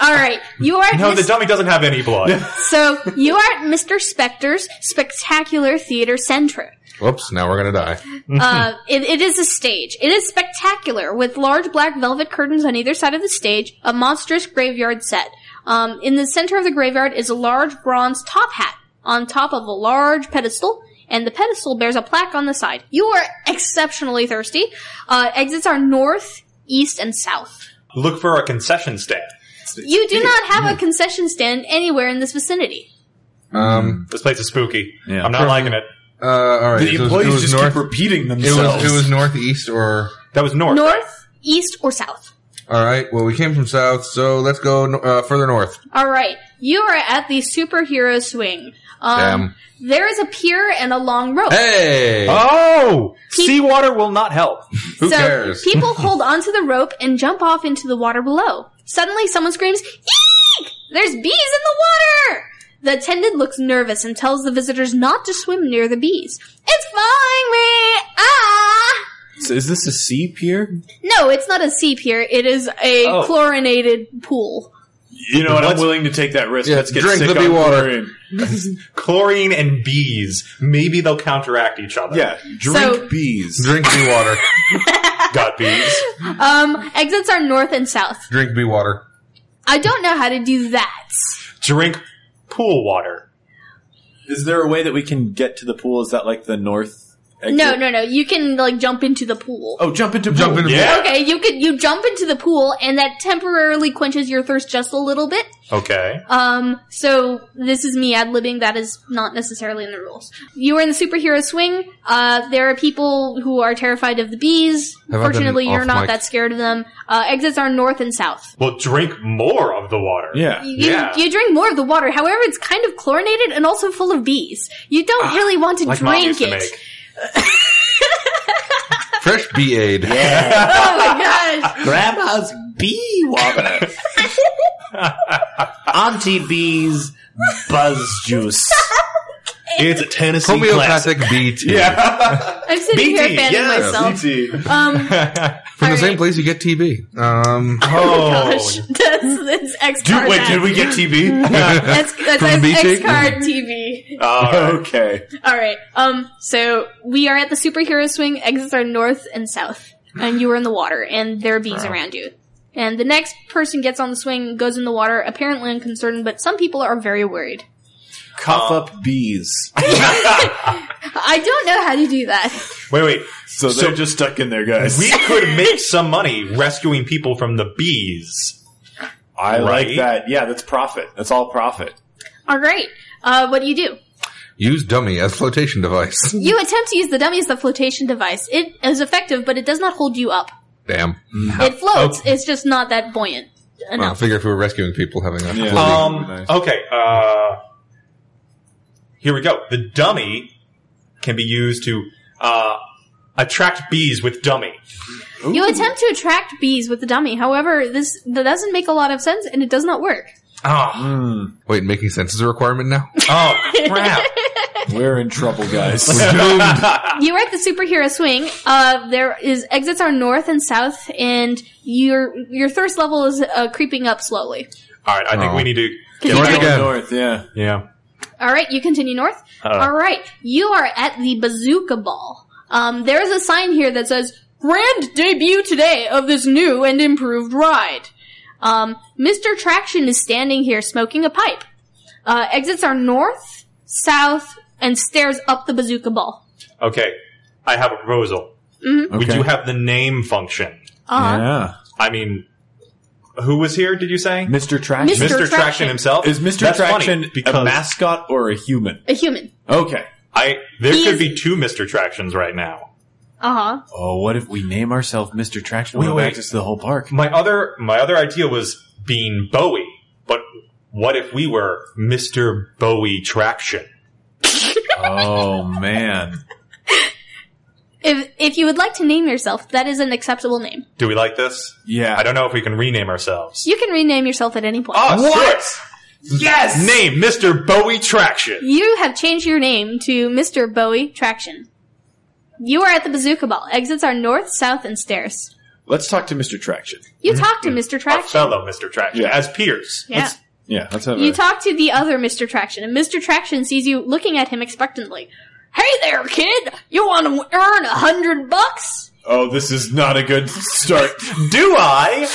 Speaker 5: all right. You are at
Speaker 4: no, the
Speaker 5: Miss-
Speaker 4: dummy doesn't have any blood.
Speaker 5: so you are at Mr. Spector's Spectacular Theater Center.
Speaker 3: Whoops, now we're going to die.
Speaker 5: Uh, it, it is a stage. It is spectacular, with large black velvet curtains on either side of the stage, a monstrous graveyard set. Um, in the center of the graveyard is a large bronze top hat on top of a large pedestal, and the pedestal bears a plaque on the side. You are exceptionally thirsty. Uh, exits are north, east, and south.
Speaker 4: Look for a concession stand.
Speaker 5: You do not have a concession stand anywhere in this vicinity.
Speaker 1: Hmm.
Speaker 3: Um,
Speaker 4: This place is spooky.
Speaker 1: Yeah.
Speaker 4: I'm not liking it.
Speaker 3: uh, all right.
Speaker 1: The
Speaker 3: so
Speaker 1: employees
Speaker 3: it was, it was
Speaker 1: just
Speaker 3: north.
Speaker 1: keep repeating
Speaker 3: It
Speaker 1: themselves.
Speaker 3: was, it was northeast or.
Speaker 4: That was north.
Speaker 5: North, east, or south.
Speaker 3: All right, well, we came from south, so let's go no- uh, further north.
Speaker 5: All right, you are at the superhero swing. Um, There is a pier and a long rope.
Speaker 3: Hey!
Speaker 4: Oh,
Speaker 5: Pe-
Speaker 4: seawater will not help.
Speaker 3: Who
Speaker 5: so
Speaker 3: cares?
Speaker 5: people hold onto the rope and jump off into the water below. Suddenly, someone screams, "Eek! There's bees in the water!" The attendant looks nervous and tells the visitors not to swim near the bees. It's following me! Ah!
Speaker 1: is this a sea pier?
Speaker 5: No, it's not a sea pier. It is a
Speaker 4: Oh.
Speaker 5: chlorinated pool.
Speaker 1: You know what? I'm
Speaker 4: What's-
Speaker 1: willing to take that risk.
Speaker 3: Yeah,
Speaker 1: Let's get
Speaker 3: drink
Speaker 1: sick
Speaker 3: the
Speaker 1: on
Speaker 3: bee water.
Speaker 1: chlorine.
Speaker 4: Chlorine and bees. Maybe they'll counteract each other.
Speaker 1: Yeah, drink
Speaker 5: So-
Speaker 1: bees.
Speaker 3: Drink bee water.
Speaker 4: Got bees.
Speaker 5: Um, exits are north and south.
Speaker 3: Drink bee water.
Speaker 5: I don't know how to do that.
Speaker 4: Drink pool water.
Speaker 1: Is there a way that we can get to the pool? Is that like the north exit?
Speaker 5: No, no, no. You can like jump into the pool.
Speaker 1: Oh, jump into
Speaker 3: Jump
Speaker 1: pool.
Speaker 3: into
Speaker 1: yeah.
Speaker 5: Okay, you could you jump into the pool and that temporarily quenches your thirst just a little bit.
Speaker 4: Okay.
Speaker 5: Um, so this is me ad libbing. That is not necessarily in the rules. You are in the superhero swing. Uh, there are people who are terrified of the bees.
Speaker 3: Have I been
Speaker 5: Fortunately, you're
Speaker 3: off
Speaker 5: not
Speaker 3: mic?
Speaker 5: that scared of them. Uh, exits are north and south.
Speaker 4: Well, drink more of the water.
Speaker 1: Yeah.
Speaker 5: You,
Speaker 4: Yeah.
Speaker 5: you drink more of the water. However, it's kind of chlorinated and also full of bees. You don't really want to
Speaker 4: Ah, Like mom
Speaker 5: drink
Speaker 4: used to
Speaker 5: it.
Speaker 4: make.
Speaker 3: Fresh B aid.
Speaker 5: Oh my gosh.
Speaker 7: Grandma's bee water. Auntie Bee's buzz juice.
Speaker 1: It's a Tennessee
Speaker 3: Homeopathic B tea.
Speaker 5: I'm sitting
Speaker 1: BT,
Speaker 5: here fanning
Speaker 1: yes,
Speaker 5: myself.
Speaker 1: classic.
Speaker 5: Um,
Speaker 3: From
Speaker 5: all
Speaker 3: the same
Speaker 5: right.
Speaker 3: place you get TB. Um,
Speaker 4: Oh,
Speaker 5: Gosh, that's, that's X
Speaker 1: Do,
Speaker 5: card.
Speaker 1: wait, did we get TB?
Speaker 5: That's, that's,
Speaker 3: From
Speaker 5: that's
Speaker 3: BT?
Speaker 5: X card TV.
Speaker 1: okay.
Speaker 5: All right. Um. So we are at the superhero swing. Exits are north and south, and you are in the water, and there are bees around you. And the next person gets on the swing, and goes in the water, apparently unconcerned, but some people are very worried.
Speaker 1: Cough up bees.
Speaker 5: I don't know how to do that.
Speaker 4: wait, wait.
Speaker 1: So they're just stuck in there, guys.
Speaker 4: We could make some money rescuing people from the bees.
Speaker 1: I like
Speaker 4: Right?
Speaker 1: that. Yeah, that's profit. That's all profit.
Speaker 5: All right. Uh, what do you do?
Speaker 3: use dummy as flotation device.
Speaker 5: You attempt to use the dummy as the flotation device. It is effective, but it does not hold you up.
Speaker 3: Damn.
Speaker 5: It floats. It's just not that buoyant
Speaker 3: Well, I
Speaker 5: enough.
Speaker 3: figure if we were rescuing people, having a
Speaker 1: Yeah.
Speaker 3: floating-
Speaker 5: Oh.
Speaker 4: Um, okay. Uh, here we go. The dummy can be used to uh, attract bees with dummy.
Speaker 5: You attempt to attract bees with the dummy. However, this that doesn't make a lot of sense, and it does not work.
Speaker 4: Oh,
Speaker 1: Hmm.
Speaker 3: wait, making sense is a requirement now.
Speaker 4: oh crap.
Speaker 1: We're in trouble, guys.
Speaker 5: You're at the superhero swing. Uh, there is exits are north and south, and your your thirst level is uh, creeping up slowly.
Speaker 4: All right, I think
Speaker 3: Oh.
Speaker 4: we need to.
Speaker 5: Continue
Speaker 3: North
Speaker 5: north.
Speaker 3: again.
Speaker 1: North, yeah.
Speaker 4: Yeah.
Speaker 5: All right, you continue north. All right, you are at the bazooka ball. Um, there is a sign here that says
Speaker 6: Grand debut today of this new and improved ride.
Speaker 5: Um, Mr. Traction is standing here smoking a pipe. Uh, exits are north, south, and stairs up the bazooka ball.
Speaker 4: Okay. I have a proposal. We do have the name function.
Speaker 5: Uh,
Speaker 1: yeah.
Speaker 4: I mean, who was here? Did you say
Speaker 1: Mr. Traction.
Speaker 5: Mr.
Speaker 4: Mr. Traction.
Speaker 5: Traction
Speaker 4: himself?
Speaker 1: Is Mr.
Speaker 4: That's funny,
Speaker 1: Traction
Speaker 4: because
Speaker 1: a mascot or a human?
Speaker 5: A human.
Speaker 1: Okay.
Speaker 4: I there
Speaker 5: He's-
Speaker 4: could be two Mr. Tractions right now.
Speaker 5: Uh huh.
Speaker 1: Oh, what if we name ourselves Mr. Traction?
Speaker 4: Wait,
Speaker 1: We have
Speaker 4: wait.
Speaker 1: access to the whole park.
Speaker 4: My other my other idea was being Bowie, but what if we were Mr. Bowie Traction?
Speaker 1: oh man.
Speaker 5: If if you would like to name yourself, that is an acceptable name.
Speaker 4: Do we like this?
Speaker 1: Yeah.
Speaker 4: I don't know if we can rename ourselves.
Speaker 5: You can rename yourself at any point.
Speaker 4: Oh,
Speaker 1: What?
Speaker 4: Shit. Yes. Name Mr. Bowie Traction.
Speaker 5: You have changed your name to Mr. Bowie Traction. You are at the bazooka ball. Exits are north, south, and stairs.
Speaker 1: Let's talk to Mr. Traction.
Speaker 5: You talk to Mr.
Speaker 4: A
Speaker 5: Traction.
Speaker 4: fellow Mr. Traction
Speaker 1: Yeah.
Speaker 4: as peers.
Speaker 5: Yeah.
Speaker 1: Yeah, let's have
Speaker 5: You
Speaker 1: a
Speaker 5: talk to the other Mr. Traction, and Mr. Traction sees you looking at him expectantly. Hey there, kid! You want to earn a hundred bucks?
Speaker 1: Oh, this is not a good start.
Speaker 4: Do I?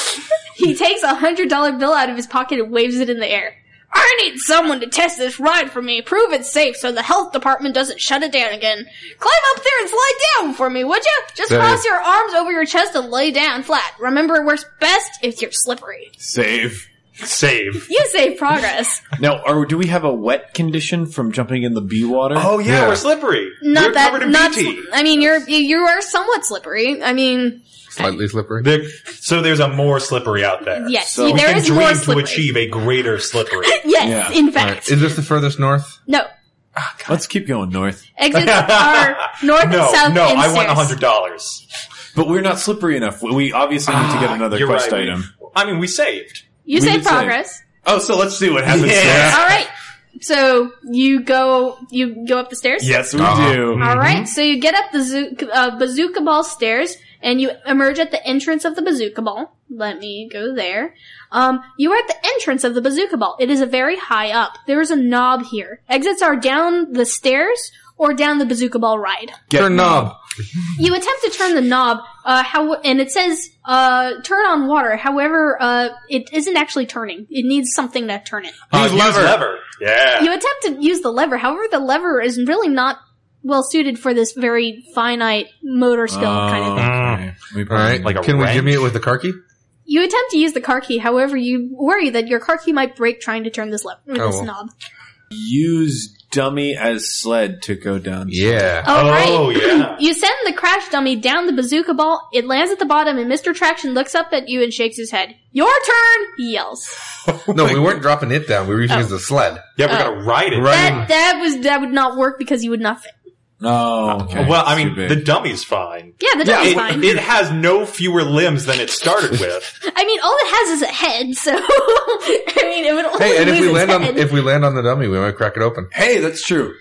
Speaker 5: He takes a hundred dollar bill out of his pocket and waves it in the air. I need someone to test this ride for me, prove it's safe so the health department doesn't shut it down again. Climb up there and slide down for me, would you? Just
Speaker 3: That
Speaker 5: cross
Speaker 3: is-
Speaker 5: your arms over your chest and lay down flat. Remember, it works best if you're slippery.
Speaker 1: Save.
Speaker 4: Save.
Speaker 5: You save progress.
Speaker 1: Now, are do we have a wet condition from jumping in the bee water?
Speaker 4: Oh yeah,
Speaker 3: Yeah.
Speaker 4: we're slippery.
Speaker 5: Not
Speaker 4: we're
Speaker 5: that,
Speaker 4: covered in
Speaker 5: not,
Speaker 4: BT.
Speaker 5: sli- I mean, you're, you you are somewhat slippery. I mean,
Speaker 3: Slightly slippery.
Speaker 4: There- so there's a more slippery out there.
Speaker 5: Yes,
Speaker 1: So-
Speaker 4: we
Speaker 5: there
Speaker 4: can
Speaker 5: is more
Speaker 4: dream to
Speaker 5: slippery.
Speaker 4: achieve a greater slippery.
Speaker 5: Yes,
Speaker 1: Yeah.
Speaker 5: in
Speaker 3: All right.
Speaker 5: fact.
Speaker 3: Is this the furthest north?
Speaker 5: No.
Speaker 1: Let's keep going north.
Speaker 5: Exits are north and
Speaker 4: no,
Speaker 5: south
Speaker 4: no,
Speaker 5: and
Speaker 4: I
Speaker 5: stairs.
Speaker 4: want hundred dollars.
Speaker 1: But we're not slippery enough. We obviously need to get another quest item.
Speaker 4: I mean, we saved.
Speaker 5: You
Speaker 1: We
Speaker 5: save
Speaker 1: did save.
Speaker 5: progress.
Speaker 1: Oh, so let's see what happens
Speaker 4: Yeah.
Speaker 1: next.
Speaker 5: All right. So you go you go up the stairs.
Speaker 1: Yes,
Speaker 4: Uh,
Speaker 1: we
Speaker 3: Uh-huh.
Speaker 1: do.
Speaker 5: All right. So you get up the zoo, uh, bazooka ball stairs, and you emerge at the entrance of the bazooka ball. Let me go there. Um, you are at the entrance of the bazooka ball. It is a very high up. There is a knob here. Exits are down the stairs or down the bazooka ball ride.
Speaker 1: Get
Speaker 3: Turn knob.
Speaker 5: you attempt to turn the knob, uh, how, and it says, uh, turn on water. However, uh, it isn't actually turning. It needs something to turn it.
Speaker 4: Uh, Use lever. Yeah.
Speaker 5: You attempt to use the lever. However, the lever is really not well suited for this very finite motor skill kind
Speaker 3: Oh.
Speaker 5: of thing.
Speaker 1: Oh, okay.
Speaker 4: Mm.
Speaker 1: We
Speaker 3: All right.
Speaker 4: Like a
Speaker 3: Can we
Speaker 4: wrench?
Speaker 3: jimmy it with the car key?
Speaker 5: You attempt to use the car key, however, you worry that your car key might break trying to turn this lever, or
Speaker 3: Oh,
Speaker 5: this
Speaker 3: well.
Speaker 5: knob.
Speaker 1: use dummy as sled to go down.
Speaker 3: Yeah.
Speaker 5: All right.
Speaker 4: Oh, yeah.
Speaker 5: You send the crash dummy down the bazooka ball. It lands at the bottom, and Mr. Traction looks up at you and shakes his head. Your turn, he yells.
Speaker 3: No, we weren't dropping it down. We were using it as a sled.
Speaker 4: Yeah, we're
Speaker 5: Oh.
Speaker 4: gonna ride it.
Speaker 5: That that was that would not work because you would not fit.
Speaker 1: Oh, okay.
Speaker 4: well, I
Speaker 1: It's
Speaker 4: mean,
Speaker 1: too big.
Speaker 4: the dummy's fine.
Speaker 5: Yeah, the
Speaker 4: Yeah,
Speaker 5: dummy's
Speaker 4: it,
Speaker 5: fine.
Speaker 4: it has no fewer limbs than it started with.
Speaker 5: I mean, all it has is a head, so I mean, it would only
Speaker 3: Hey, and if
Speaker 5: lose
Speaker 3: we
Speaker 5: its
Speaker 3: land on
Speaker 5: head.
Speaker 3: if we land on the dummy, we might crack it open.
Speaker 1: hey, that's true.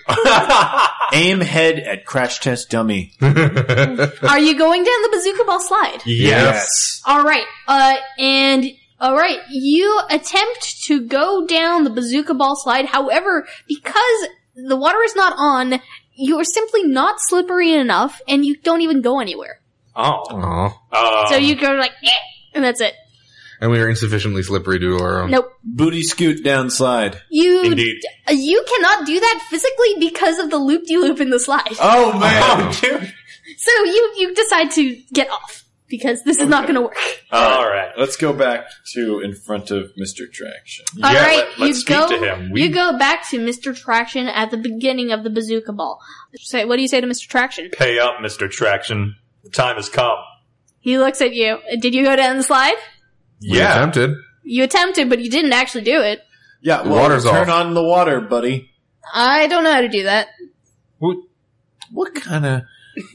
Speaker 7: Aim head at crash test dummy.
Speaker 5: Are you going down the bazooka ball slide?
Speaker 4: yes.
Speaker 5: All right. Uh, and all right, you attempt to go down the bazooka ball slide. However, because the water is not on, you are simply not slippery enough, and you don't even go anywhere.
Speaker 4: Oh.
Speaker 3: Aw.
Speaker 4: Um,
Speaker 5: so you go like, eh, and that's it.
Speaker 3: And we are insufficiently slippery due to our own.
Speaker 5: Nope.
Speaker 1: Booty scoot down slide.
Speaker 5: You
Speaker 4: Um.
Speaker 5: uh,
Speaker 4: Indeed.
Speaker 5: you cannot do that physically because of the loop de loop in the slide.
Speaker 1: Oh man.
Speaker 4: Oh, dude.
Speaker 5: So you you decide to get off because this is not going to work.
Speaker 4: All right.
Speaker 1: Let's go back to in front of Mr. Traction.
Speaker 5: All
Speaker 4: yeah,
Speaker 5: right,
Speaker 4: let, let's
Speaker 5: you
Speaker 4: speak
Speaker 5: go.
Speaker 4: to him. We,
Speaker 5: you go back to Mr. Traction at the beginning of the bazooka ball. Say, what do you say to Mr. Traction?
Speaker 4: Pay up, Mr. Traction. The time has come.
Speaker 5: He looks at you. Did you go down the slide?
Speaker 3: We
Speaker 4: Yeah.
Speaker 3: attempted.
Speaker 5: You attempted, but you didn't actually do it.
Speaker 1: Yeah,
Speaker 3: The
Speaker 1: well,
Speaker 3: water's
Speaker 1: turn
Speaker 3: off.
Speaker 1: on the water, buddy.
Speaker 5: I don't know how to do that.
Speaker 1: What kind of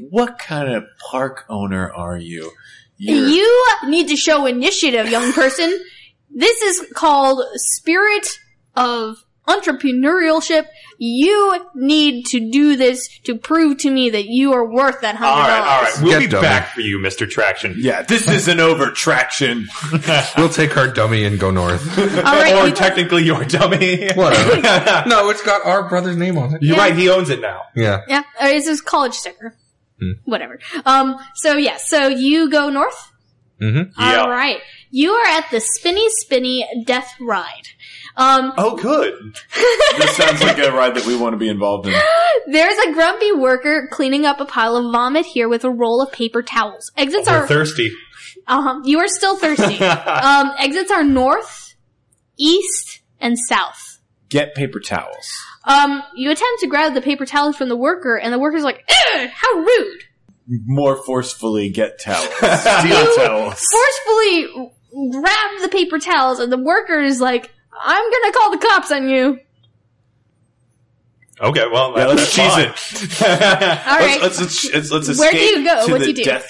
Speaker 1: what kind of park owner are you? You're-
Speaker 5: You need to show initiative, young person. this is called spirit of entrepreneurship. You need to do this to prove to me that you are worth that hundred
Speaker 4: All
Speaker 5: dollars.
Speaker 4: right, all right. We'll
Speaker 3: Get
Speaker 4: be
Speaker 3: dummy.
Speaker 4: back for you, Mr. Traction.
Speaker 1: yeah, this isn't over traction.
Speaker 3: We'll take our dummy and go north.
Speaker 5: All right,
Speaker 4: or
Speaker 5: you-
Speaker 4: technically your dummy.
Speaker 3: Whatever.
Speaker 4: You're
Speaker 3: no, it's got our brother's name on it.
Speaker 4: right, he owns it now.
Speaker 3: Yeah.
Speaker 5: Yeah, uh, it's his college sticker.
Speaker 4: Hmm.
Speaker 5: Whatever. Um. So yeah. So you go north.
Speaker 3: Mm-hmm.
Speaker 4: Yeah.
Speaker 5: All right. You are at the spinny spinny death ride. Um.
Speaker 4: Oh, good.
Speaker 1: this sounds like a ride that we want to be involved in.
Speaker 5: There's a grumpy worker cleaning up a pile of vomit here with a roll of paper towels. Exits
Speaker 4: We're
Speaker 5: are.
Speaker 4: thirsty.
Speaker 5: uh You are still thirsty. um. Exits are north, east, and south.
Speaker 1: Get paper towels.
Speaker 5: Um. You attempt to grab the paper towels from the worker, and the worker's like, "Ugh, "How rude."
Speaker 1: More forcefully get towels. Steal towels.
Speaker 5: forcefully grabbed the paper towels, and the worker is like, "I'm gonna call the cops on you."
Speaker 4: Okay, well,
Speaker 1: Yeah, let's
Speaker 4: that's
Speaker 1: cheese
Speaker 4: fine.
Speaker 1: it.
Speaker 5: All right.
Speaker 1: Let's, let's, let's, let's escape
Speaker 5: Where do you go?
Speaker 1: to
Speaker 5: What
Speaker 1: the
Speaker 5: do you do?
Speaker 1: death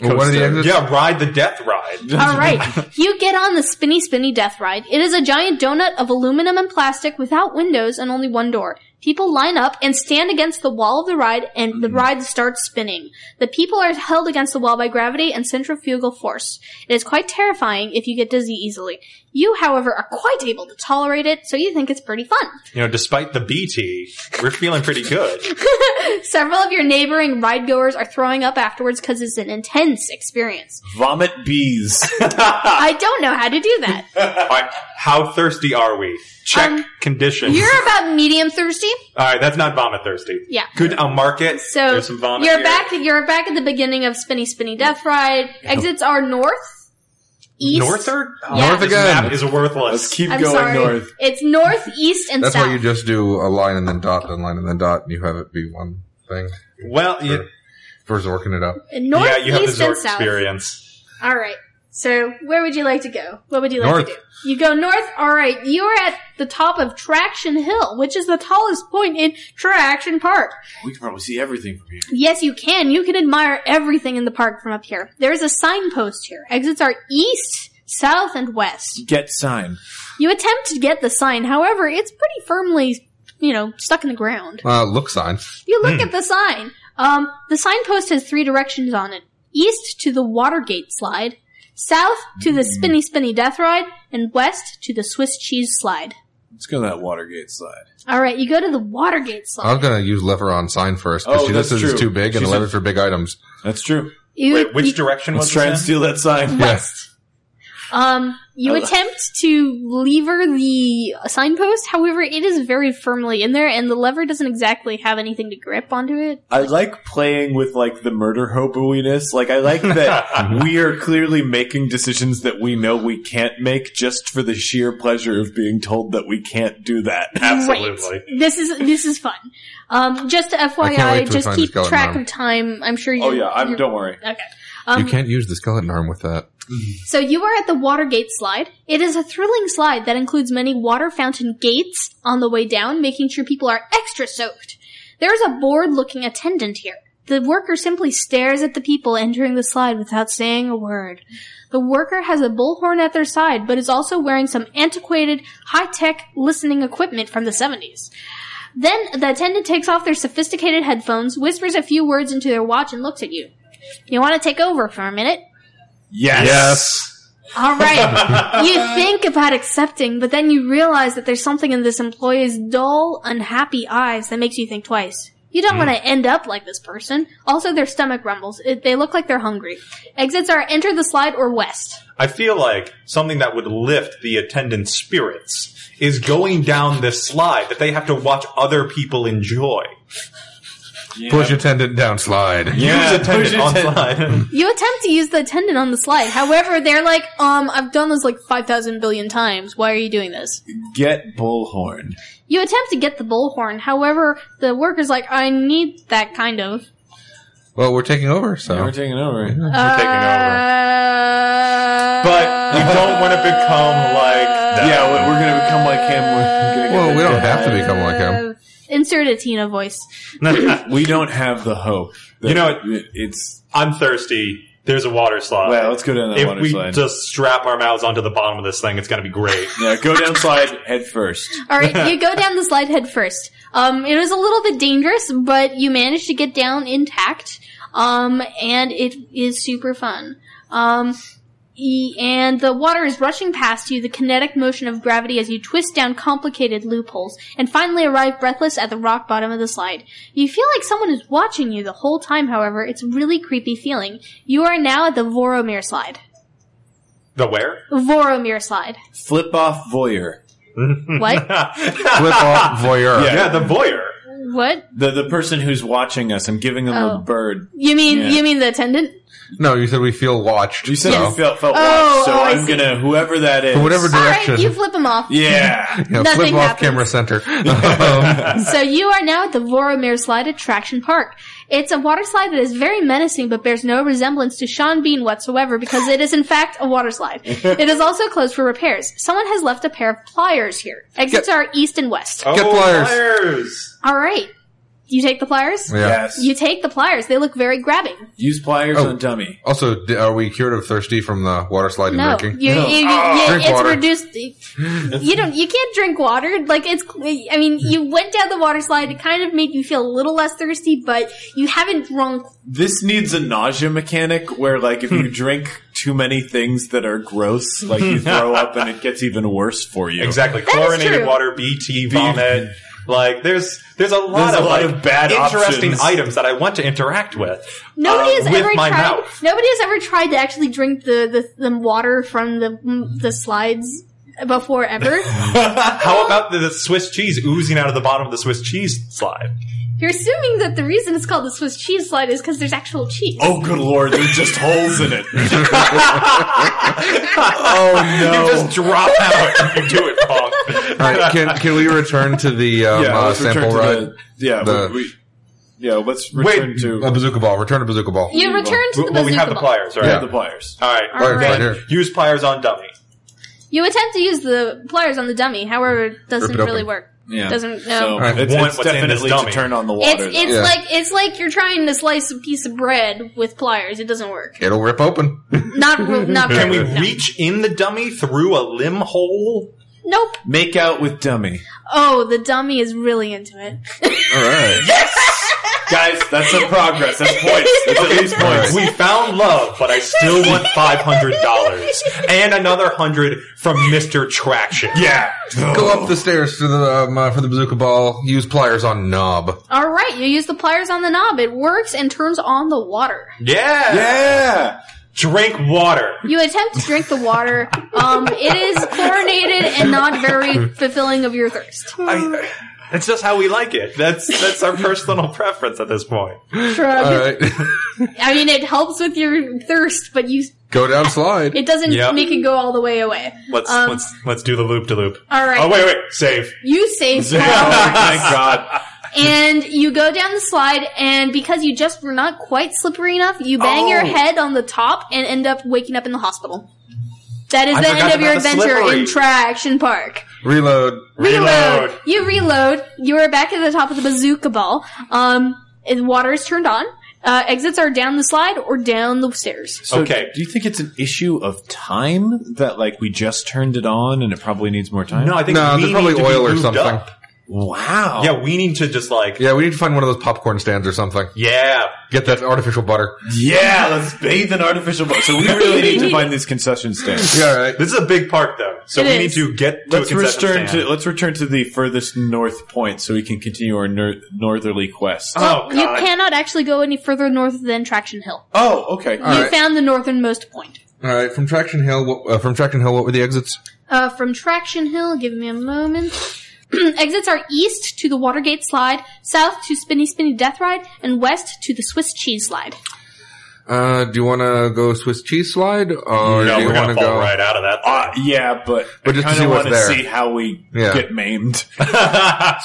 Speaker 3: Well, what are the
Speaker 1: Coaster.
Speaker 3: exits?
Speaker 4: Yeah, ride the death ride.
Speaker 5: All right, you get on the spinny spinny death ride. It is a giant donut of aluminum and plastic without windows and only one door. People line up and stand against the wall of the ride, and the ride starts spinning. The people are held against the wall by gravity and centrifugal force. It is quite terrifying if you get dizzy easily. You, however, are quite able to tolerate it, so you think it's pretty fun.
Speaker 4: You know, despite the BT, we're feeling pretty good.
Speaker 5: Several of your neighboring ride goers are throwing up afterwards because it's an intense experience.
Speaker 1: Vomit bees.
Speaker 5: I don't know how to do that.
Speaker 4: All right, how thirsty are we? Check
Speaker 5: Um,
Speaker 4: condition.
Speaker 5: You're about medium thirsty.
Speaker 4: All right, that's not vomit thirsty.
Speaker 5: Yeah.
Speaker 4: Good, I'll mark it.
Speaker 5: So
Speaker 4: There's some vomit
Speaker 5: you're
Speaker 4: here.
Speaker 5: back. You're back at the beginning of Spinny Spinny Death Ride. Exits are north, east.
Speaker 4: Norther?
Speaker 5: Yeah.
Speaker 3: North
Speaker 4: This
Speaker 3: again.
Speaker 4: map is worthless.
Speaker 1: Let's keep
Speaker 5: I'm
Speaker 1: going
Speaker 5: sorry.
Speaker 1: north.
Speaker 5: It's north, east, and
Speaker 3: That's
Speaker 5: south.
Speaker 3: why you just do a line and then dot, then line and then dot, and you have it be one thing
Speaker 4: Well, you,
Speaker 3: for zorking it up.
Speaker 5: north,
Speaker 4: yeah, you have the
Speaker 5: east, and
Speaker 4: Zork
Speaker 5: south.
Speaker 4: experience.
Speaker 5: All right. So where would you like to go? What would you like
Speaker 3: North.
Speaker 5: to do? You go north. All right. You're at the top of Traction Hill, which is the tallest point in Traction Park.
Speaker 1: We can probably see everything from here.
Speaker 5: Yes, you can. You can admire everything in the park from up here. There is a signpost here. Exits are east, south, and west.
Speaker 1: Get sign.
Speaker 5: You attempt to get the sign, however, it's pretty firmly, you know, stuck in the ground.
Speaker 3: Uh, look signs.
Speaker 5: You
Speaker 4: Hmm.
Speaker 5: look at the sign. Um, the signpost has three directions on it. East to the Watergate slide, south to
Speaker 4: Hmm.
Speaker 5: the Spinny Spinny Death Ride, and west to the Swiss Cheese slide.
Speaker 1: Let's go to that Watergate slide.
Speaker 5: Alright, you go to the Watergate slide.
Speaker 3: I was gonna use lever on sign first because
Speaker 1: Oh,
Speaker 3: this
Speaker 1: that's
Speaker 3: is
Speaker 1: true.
Speaker 3: too big
Speaker 1: She
Speaker 3: and the lever's
Speaker 1: said-
Speaker 3: for big items.
Speaker 1: That's true.
Speaker 5: You-
Speaker 4: Wait,
Speaker 5: you-
Speaker 4: which direction
Speaker 1: Let's
Speaker 4: was
Speaker 1: try and
Speaker 4: this in?
Speaker 1: steal that sign.
Speaker 3: Yeah.
Speaker 5: West. Um, you attempt to lever the signpost, however, it is very firmly in there, and the lever doesn't exactly have anything to grip onto it.
Speaker 1: I like playing with like the murder hoboiness. Like I like that we are clearly making decisions that we know we can't make just for the sheer pleasure of being told that we can't do that.
Speaker 4: Absolutely.
Speaker 5: Right. This is this is fun. Um, just
Speaker 3: I can't wait
Speaker 5: FYI,
Speaker 3: to
Speaker 5: just
Speaker 3: find
Speaker 5: keep
Speaker 3: the skeleton
Speaker 5: track
Speaker 3: arm.
Speaker 5: of time. I'm sure you.
Speaker 1: Oh yeah, I'm,
Speaker 5: you're-
Speaker 1: don't worry.
Speaker 5: Okay. Um,
Speaker 3: you can't use the skeleton arm with that.
Speaker 5: So you are at the Watergate slide. It is a thrilling slide that includes many water fountain gates on the way down, making sure people are extra soaked. There is a bored looking attendant here. The worker simply stares at the people entering the slide without saying a word. The worker has a bullhorn at their side, but is also wearing some antiquated, high-tech listening equipment from the 70s. Then the attendant takes off their sophisticated headphones, whispers a few words into their watch, and looks at you. You want to take over for a minute?
Speaker 1: Yes. Yes.
Speaker 5: All right. you think about accepting, but then you realize that there's something in this employee's dull, unhappy eyes that makes you think twice. You don't want to end up like this person. Also, their stomach rumbles. It, they look like they're hungry. Exits are enter the slide or west.
Speaker 4: I feel like something that would lift the attendant spirits is going down this slide that they have to watch other people enjoy.
Speaker 3: Push attendant down slide.
Speaker 4: Use attendant on slide.
Speaker 5: You attempt to use the attendant on the slide. However, they're like, um, I've done this like 5,000 billion times. Why are you doing this?
Speaker 1: Get bullhorn.
Speaker 5: You attempt to get the bullhorn. However, the worker's like, I need that kind of.
Speaker 3: Well, we're taking over, so
Speaker 1: Yeah, we're taking over.
Speaker 4: We're taking over.
Speaker 5: Uh,
Speaker 4: But you don't want to become like that.
Speaker 1: yeah, we're, we're gonna become like him. We're gonna
Speaker 3: Uh, Well,
Speaker 1: get
Speaker 3: we don't
Speaker 1: the-
Speaker 3: have to become like him.
Speaker 5: Insert a Tina voice.
Speaker 1: We don't have the hope. that-
Speaker 4: You know what?
Speaker 1: it- it's
Speaker 4: I'm thirsty. There's a water slide.
Speaker 1: well. Let's go down that
Speaker 4: if
Speaker 1: water
Speaker 4: we
Speaker 1: slide.
Speaker 4: just strap our mouths onto the bottom of this thing, it's going to be great.
Speaker 1: yeah, go down slide head first.
Speaker 5: All right, you go down the slide head first. Um, it was a little bit dangerous, but you managed to get down intact. Um, and it is super fun. Um, e- and the water is rushing past you, the kinetic motion of gravity as you twist down complicated loopholes, and finally arrive breathless at the rock bottom of the slide. You feel like someone is watching you the whole time, however. It's a really creepy feeling. You are now at the Voromir slide.
Speaker 4: the where?
Speaker 5: Voromir slide.
Speaker 1: Flip off voyeur.
Speaker 5: What?
Speaker 3: flip off voyeur.
Speaker 4: yeah, the voyeur.
Speaker 5: what?
Speaker 1: The the person who's watching us. I'm giving them
Speaker 5: Oh.
Speaker 1: a bird.
Speaker 5: You mean
Speaker 1: Yeah.
Speaker 5: you mean the attendant?
Speaker 3: No, you said we feel watched.
Speaker 1: You said
Speaker 3: so.
Speaker 1: you felt, felt
Speaker 5: Oh,
Speaker 1: watched, so
Speaker 5: oh, I
Speaker 1: I'm
Speaker 5: see.
Speaker 1: gonna whoever that is.
Speaker 3: From whatever direction.
Speaker 5: All right, you flip him off.
Speaker 1: yeah.
Speaker 3: Yeah, flip
Speaker 5: Nothing
Speaker 3: off
Speaker 5: happens.
Speaker 3: camera center. Um,
Speaker 5: So you are now at the Voromir Slide Attraction Park. It's a water slide that is very menacing, but bears no resemblance to Sean Bean whatsoever because it is in fact a water slide. It is also closed for repairs. Someone has left a pair of pliers here. Exits are east and west.
Speaker 4: Oh,
Speaker 3: Get pliers.
Speaker 4: pliers.
Speaker 5: All right. You take the pliers?
Speaker 3: yeah.
Speaker 1: Yes.
Speaker 5: You take the pliers. They look very grabbing.
Speaker 1: Use pliers
Speaker 3: Oh.
Speaker 1: on dummy.
Speaker 3: Also, d- are we cured of thirsty from the water sliding
Speaker 5: No, you,
Speaker 3: drinking?
Speaker 5: you,
Speaker 1: No.
Speaker 5: you-
Speaker 3: Ah,
Speaker 5: you-
Speaker 3: drink
Speaker 5: it's
Speaker 3: water.
Speaker 5: reduced. You don't. You can't drink water. Like it's. I mean, you went down the water slide. It kind of made you feel a little less thirsty, but you haven't drunk.
Speaker 1: This needs a nausea mechanic where like if you drink too many things that are gross, like you throw up and it gets even worse for you.
Speaker 4: Exactly.
Speaker 5: is
Speaker 4: Chlorinated
Speaker 5: true.
Speaker 4: water, BT, vomit. Like there's there's a lot,
Speaker 1: There's a
Speaker 4: of,
Speaker 1: lot
Speaker 4: like,
Speaker 1: of bad
Speaker 4: interesting
Speaker 1: options.
Speaker 4: items that I want to interact with.
Speaker 5: Nobody
Speaker 4: uh,
Speaker 5: has
Speaker 4: with
Speaker 5: ever
Speaker 4: my
Speaker 5: tried.
Speaker 4: mouth.
Speaker 5: Nobody has ever tried to actually drink the the, the water from the the slides before ever.
Speaker 4: How about the, the Swiss cheese oozing out of the bottom of the Swiss cheese slide?
Speaker 5: You're assuming that the reason it's called the Swiss cheese slide is because there's actual cheese.
Speaker 1: Oh good lord, there's just holes in it. oh no.
Speaker 4: You just drop out if you do it wrong.
Speaker 3: All right, can, can we return to the um, uh,
Speaker 1: let's return
Speaker 3: sample
Speaker 1: to
Speaker 3: ride?
Speaker 1: the- yeah,
Speaker 3: The- Uh,
Speaker 1: we, we- yeah, let's return
Speaker 4: Wait,
Speaker 1: to
Speaker 3: A bazooka ball. Return to bazooka ball.
Speaker 5: you return to the
Speaker 4: well, we have
Speaker 5: bazooka
Speaker 4: the
Speaker 5: ball.
Speaker 4: pliers,
Speaker 1: yeah,
Speaker 4: right?
Speaker 1: the pliers.
Speaker 4: All right.
Speaker 5: All
Speaker 3: right,
Speaker 5: right.
Speaker 3: right here.
Speaker 4: Use pliers on dummy.
Speaker 5: You attempt to use the pliers on the dummy. However, it doesn't
Speaker 3: Rip it
Speaker 5: really
Speaker 3: open.
Speaker 5: work.
Speaker 1: Yeah.
Speaker 5: Doesn't. No.
Speaker 1: So
Speaker 3: right,
Speaker 1: it's,
Speaker 4: want
Speaker 1: it's
Speaker 4: what's in this
Speaker 1: definitely
Speaker 4: dummy.
Speaker 1: to turn on the
Speaker 5: It's
Speaker 1: water.
Speaker 5: it's
Speaker 3: Yeah.
Speaker 5: like it's like you're trying to slice a piece of bread with pliers. It doesn't work.
Speaker 3: It'll rip open.
Speaker 5: Not ru- not
Speaker 4: Can we
Speaker 5: bread, no.
Speaker 4: reach in the dummy through a limb hole?
Speaker 5: Nope.
Speaker 1: Make out with dummy.
Speaker 5: Oh, the dummy is really into it.
Speaker 3: All right.
Speaker 1: Guys, that's a progress. That's points. That's at least
Speaker 3: Alright.
Speaker 1: points.
Speaker 4: We found love, but I still want five hundred dollars and another hundred from Mister Traction.
Speaker 1: Yeah.
Speaker 3: Go up the stairs to the um, uh, for the bazooka ball. Use pliers on knob.
Speaker 5: All right, you use the pliers on the knob. It works and turns on the water.
Speaker 4: yeah.
Speaker 1: Yeah.
Speaker 4: Drink water.
Speaker 5: You attempt to drink the water. Um, it is chlorinated and not very fulfilling of your thirst.
Speaker 4: I, that's just how we like it. That's that's our personal preference at this point.
Speaker 5: Shrug.
Speaker 3: All right,
Speaker 5: I mean, it helps with your thirst, but you
Speaker 3: go down slide.
Speaker 5: it doesn't
Speaker 4: Yep.
Speaker 5: make it go all the way away.
Speaker 4: Let's
Speaker 5: Um,
Speaker 4: let's let's do the loop to loop.
Speaker 5: All right. Oh,
Speaker 4: Oh wait, wait, save.
Speaker 5: You save
Speaker 4: Thank
Speaker 5: flowers.
Speaker 4: God.
Speaker 5: and you go down the slide, and because you just were not quite slippery enough, you bang your
Speaker 4: Oh.
Speaker 5: head on the top and end up waking up in the hospital. That is
Speaker 4: I
Speaker 5: the
Speaker 4: forgot
Speaker 5: end
Speaker 4: about
Speaker 5: of your
Speaker 4: the
Speaker 5: adventure
Speaker 4: slippery.
Speaker 5: in Traction Park.
Speaker 3: Reload.
Speaker 4: Reload.
Speaker 5: You reload. You are back at the top of the bazooka ball. Um, and water is turned on. Uh, exits are down the slide or down the stairs.
Speaker 1: So
Speaker 4: Okay.
Speaker 1: Do you think it's an issue of time that like we just turned it on and it probably needs more time?
Speaker 4: No, I think
Speaker 3: No,
Speaker 4: we
Speaker 3: there's
Speaker 4: need
Speaker 3: probably
Speaker 4: to be
Speaker 3: oil or
Speaker 4: lubed
Speaker 3: something.
Speaker 4: up.
Speaker 1: Wow.
Speaker 4: Yeah, we need to just like yeah,
Speaker 3: Yeah, we need to find one of those popcorn stands or something. Get that artificial butter.
Speaker 1: Yeah, let's bathe in artificial butter. So we really need to find these concession stands.
Speaker 3: Yeah, all right.
Speaker 4: This is a big park though, so
Speaker 5: It
Speaker 4: we
Speaker 5: is.
Speaker 4: need to get to
Speaker 1: Let's
Speaker 4: a concession
Speaker 1: return
Speaker 4: stand.
Speaker 1: to let's return to the furthest north point so we can continue our nor- northerly quest.
Speaker 4: oh God.
Speaker 5: You cannot actually go any further north than Traction Hill.
Speaker 1: oh, okay.
Speaker 3: All
Speaker 5: you
Speaker 3: right.
Speaker 5: found the northernmost point.
Speaker 3: All right. From Traction Hill. What, uh, from Traction Hill, what were the exits?
Speaker 5: Uh, from Traction Hill, give me a moment. exits are east to the Watergate slide, south to Spinny Spinny Death Ride, and west to the Swiss Cheese slide.
Speaker 3: Uh, do you want to go Swiss cheese slide, or
Speaker 4: no,
Speaker 3: do you want
Speaker 4: we're gonna
Speaker 3: to
Speaker 4: fall
Speaker 3: go?
Speaker 4: right out of that.
Speaker 1: Uh, yeah, but, I
Speaker 3: But just to
Speaker 1: kind
Speaker 3: see
Speaker 1: of
Speaker 3: what's
Speaker 1: want to
Speaker 3: there.
Speaker 1: see how we
Speaker 3: Yeah.
Speaker 1: get maimed.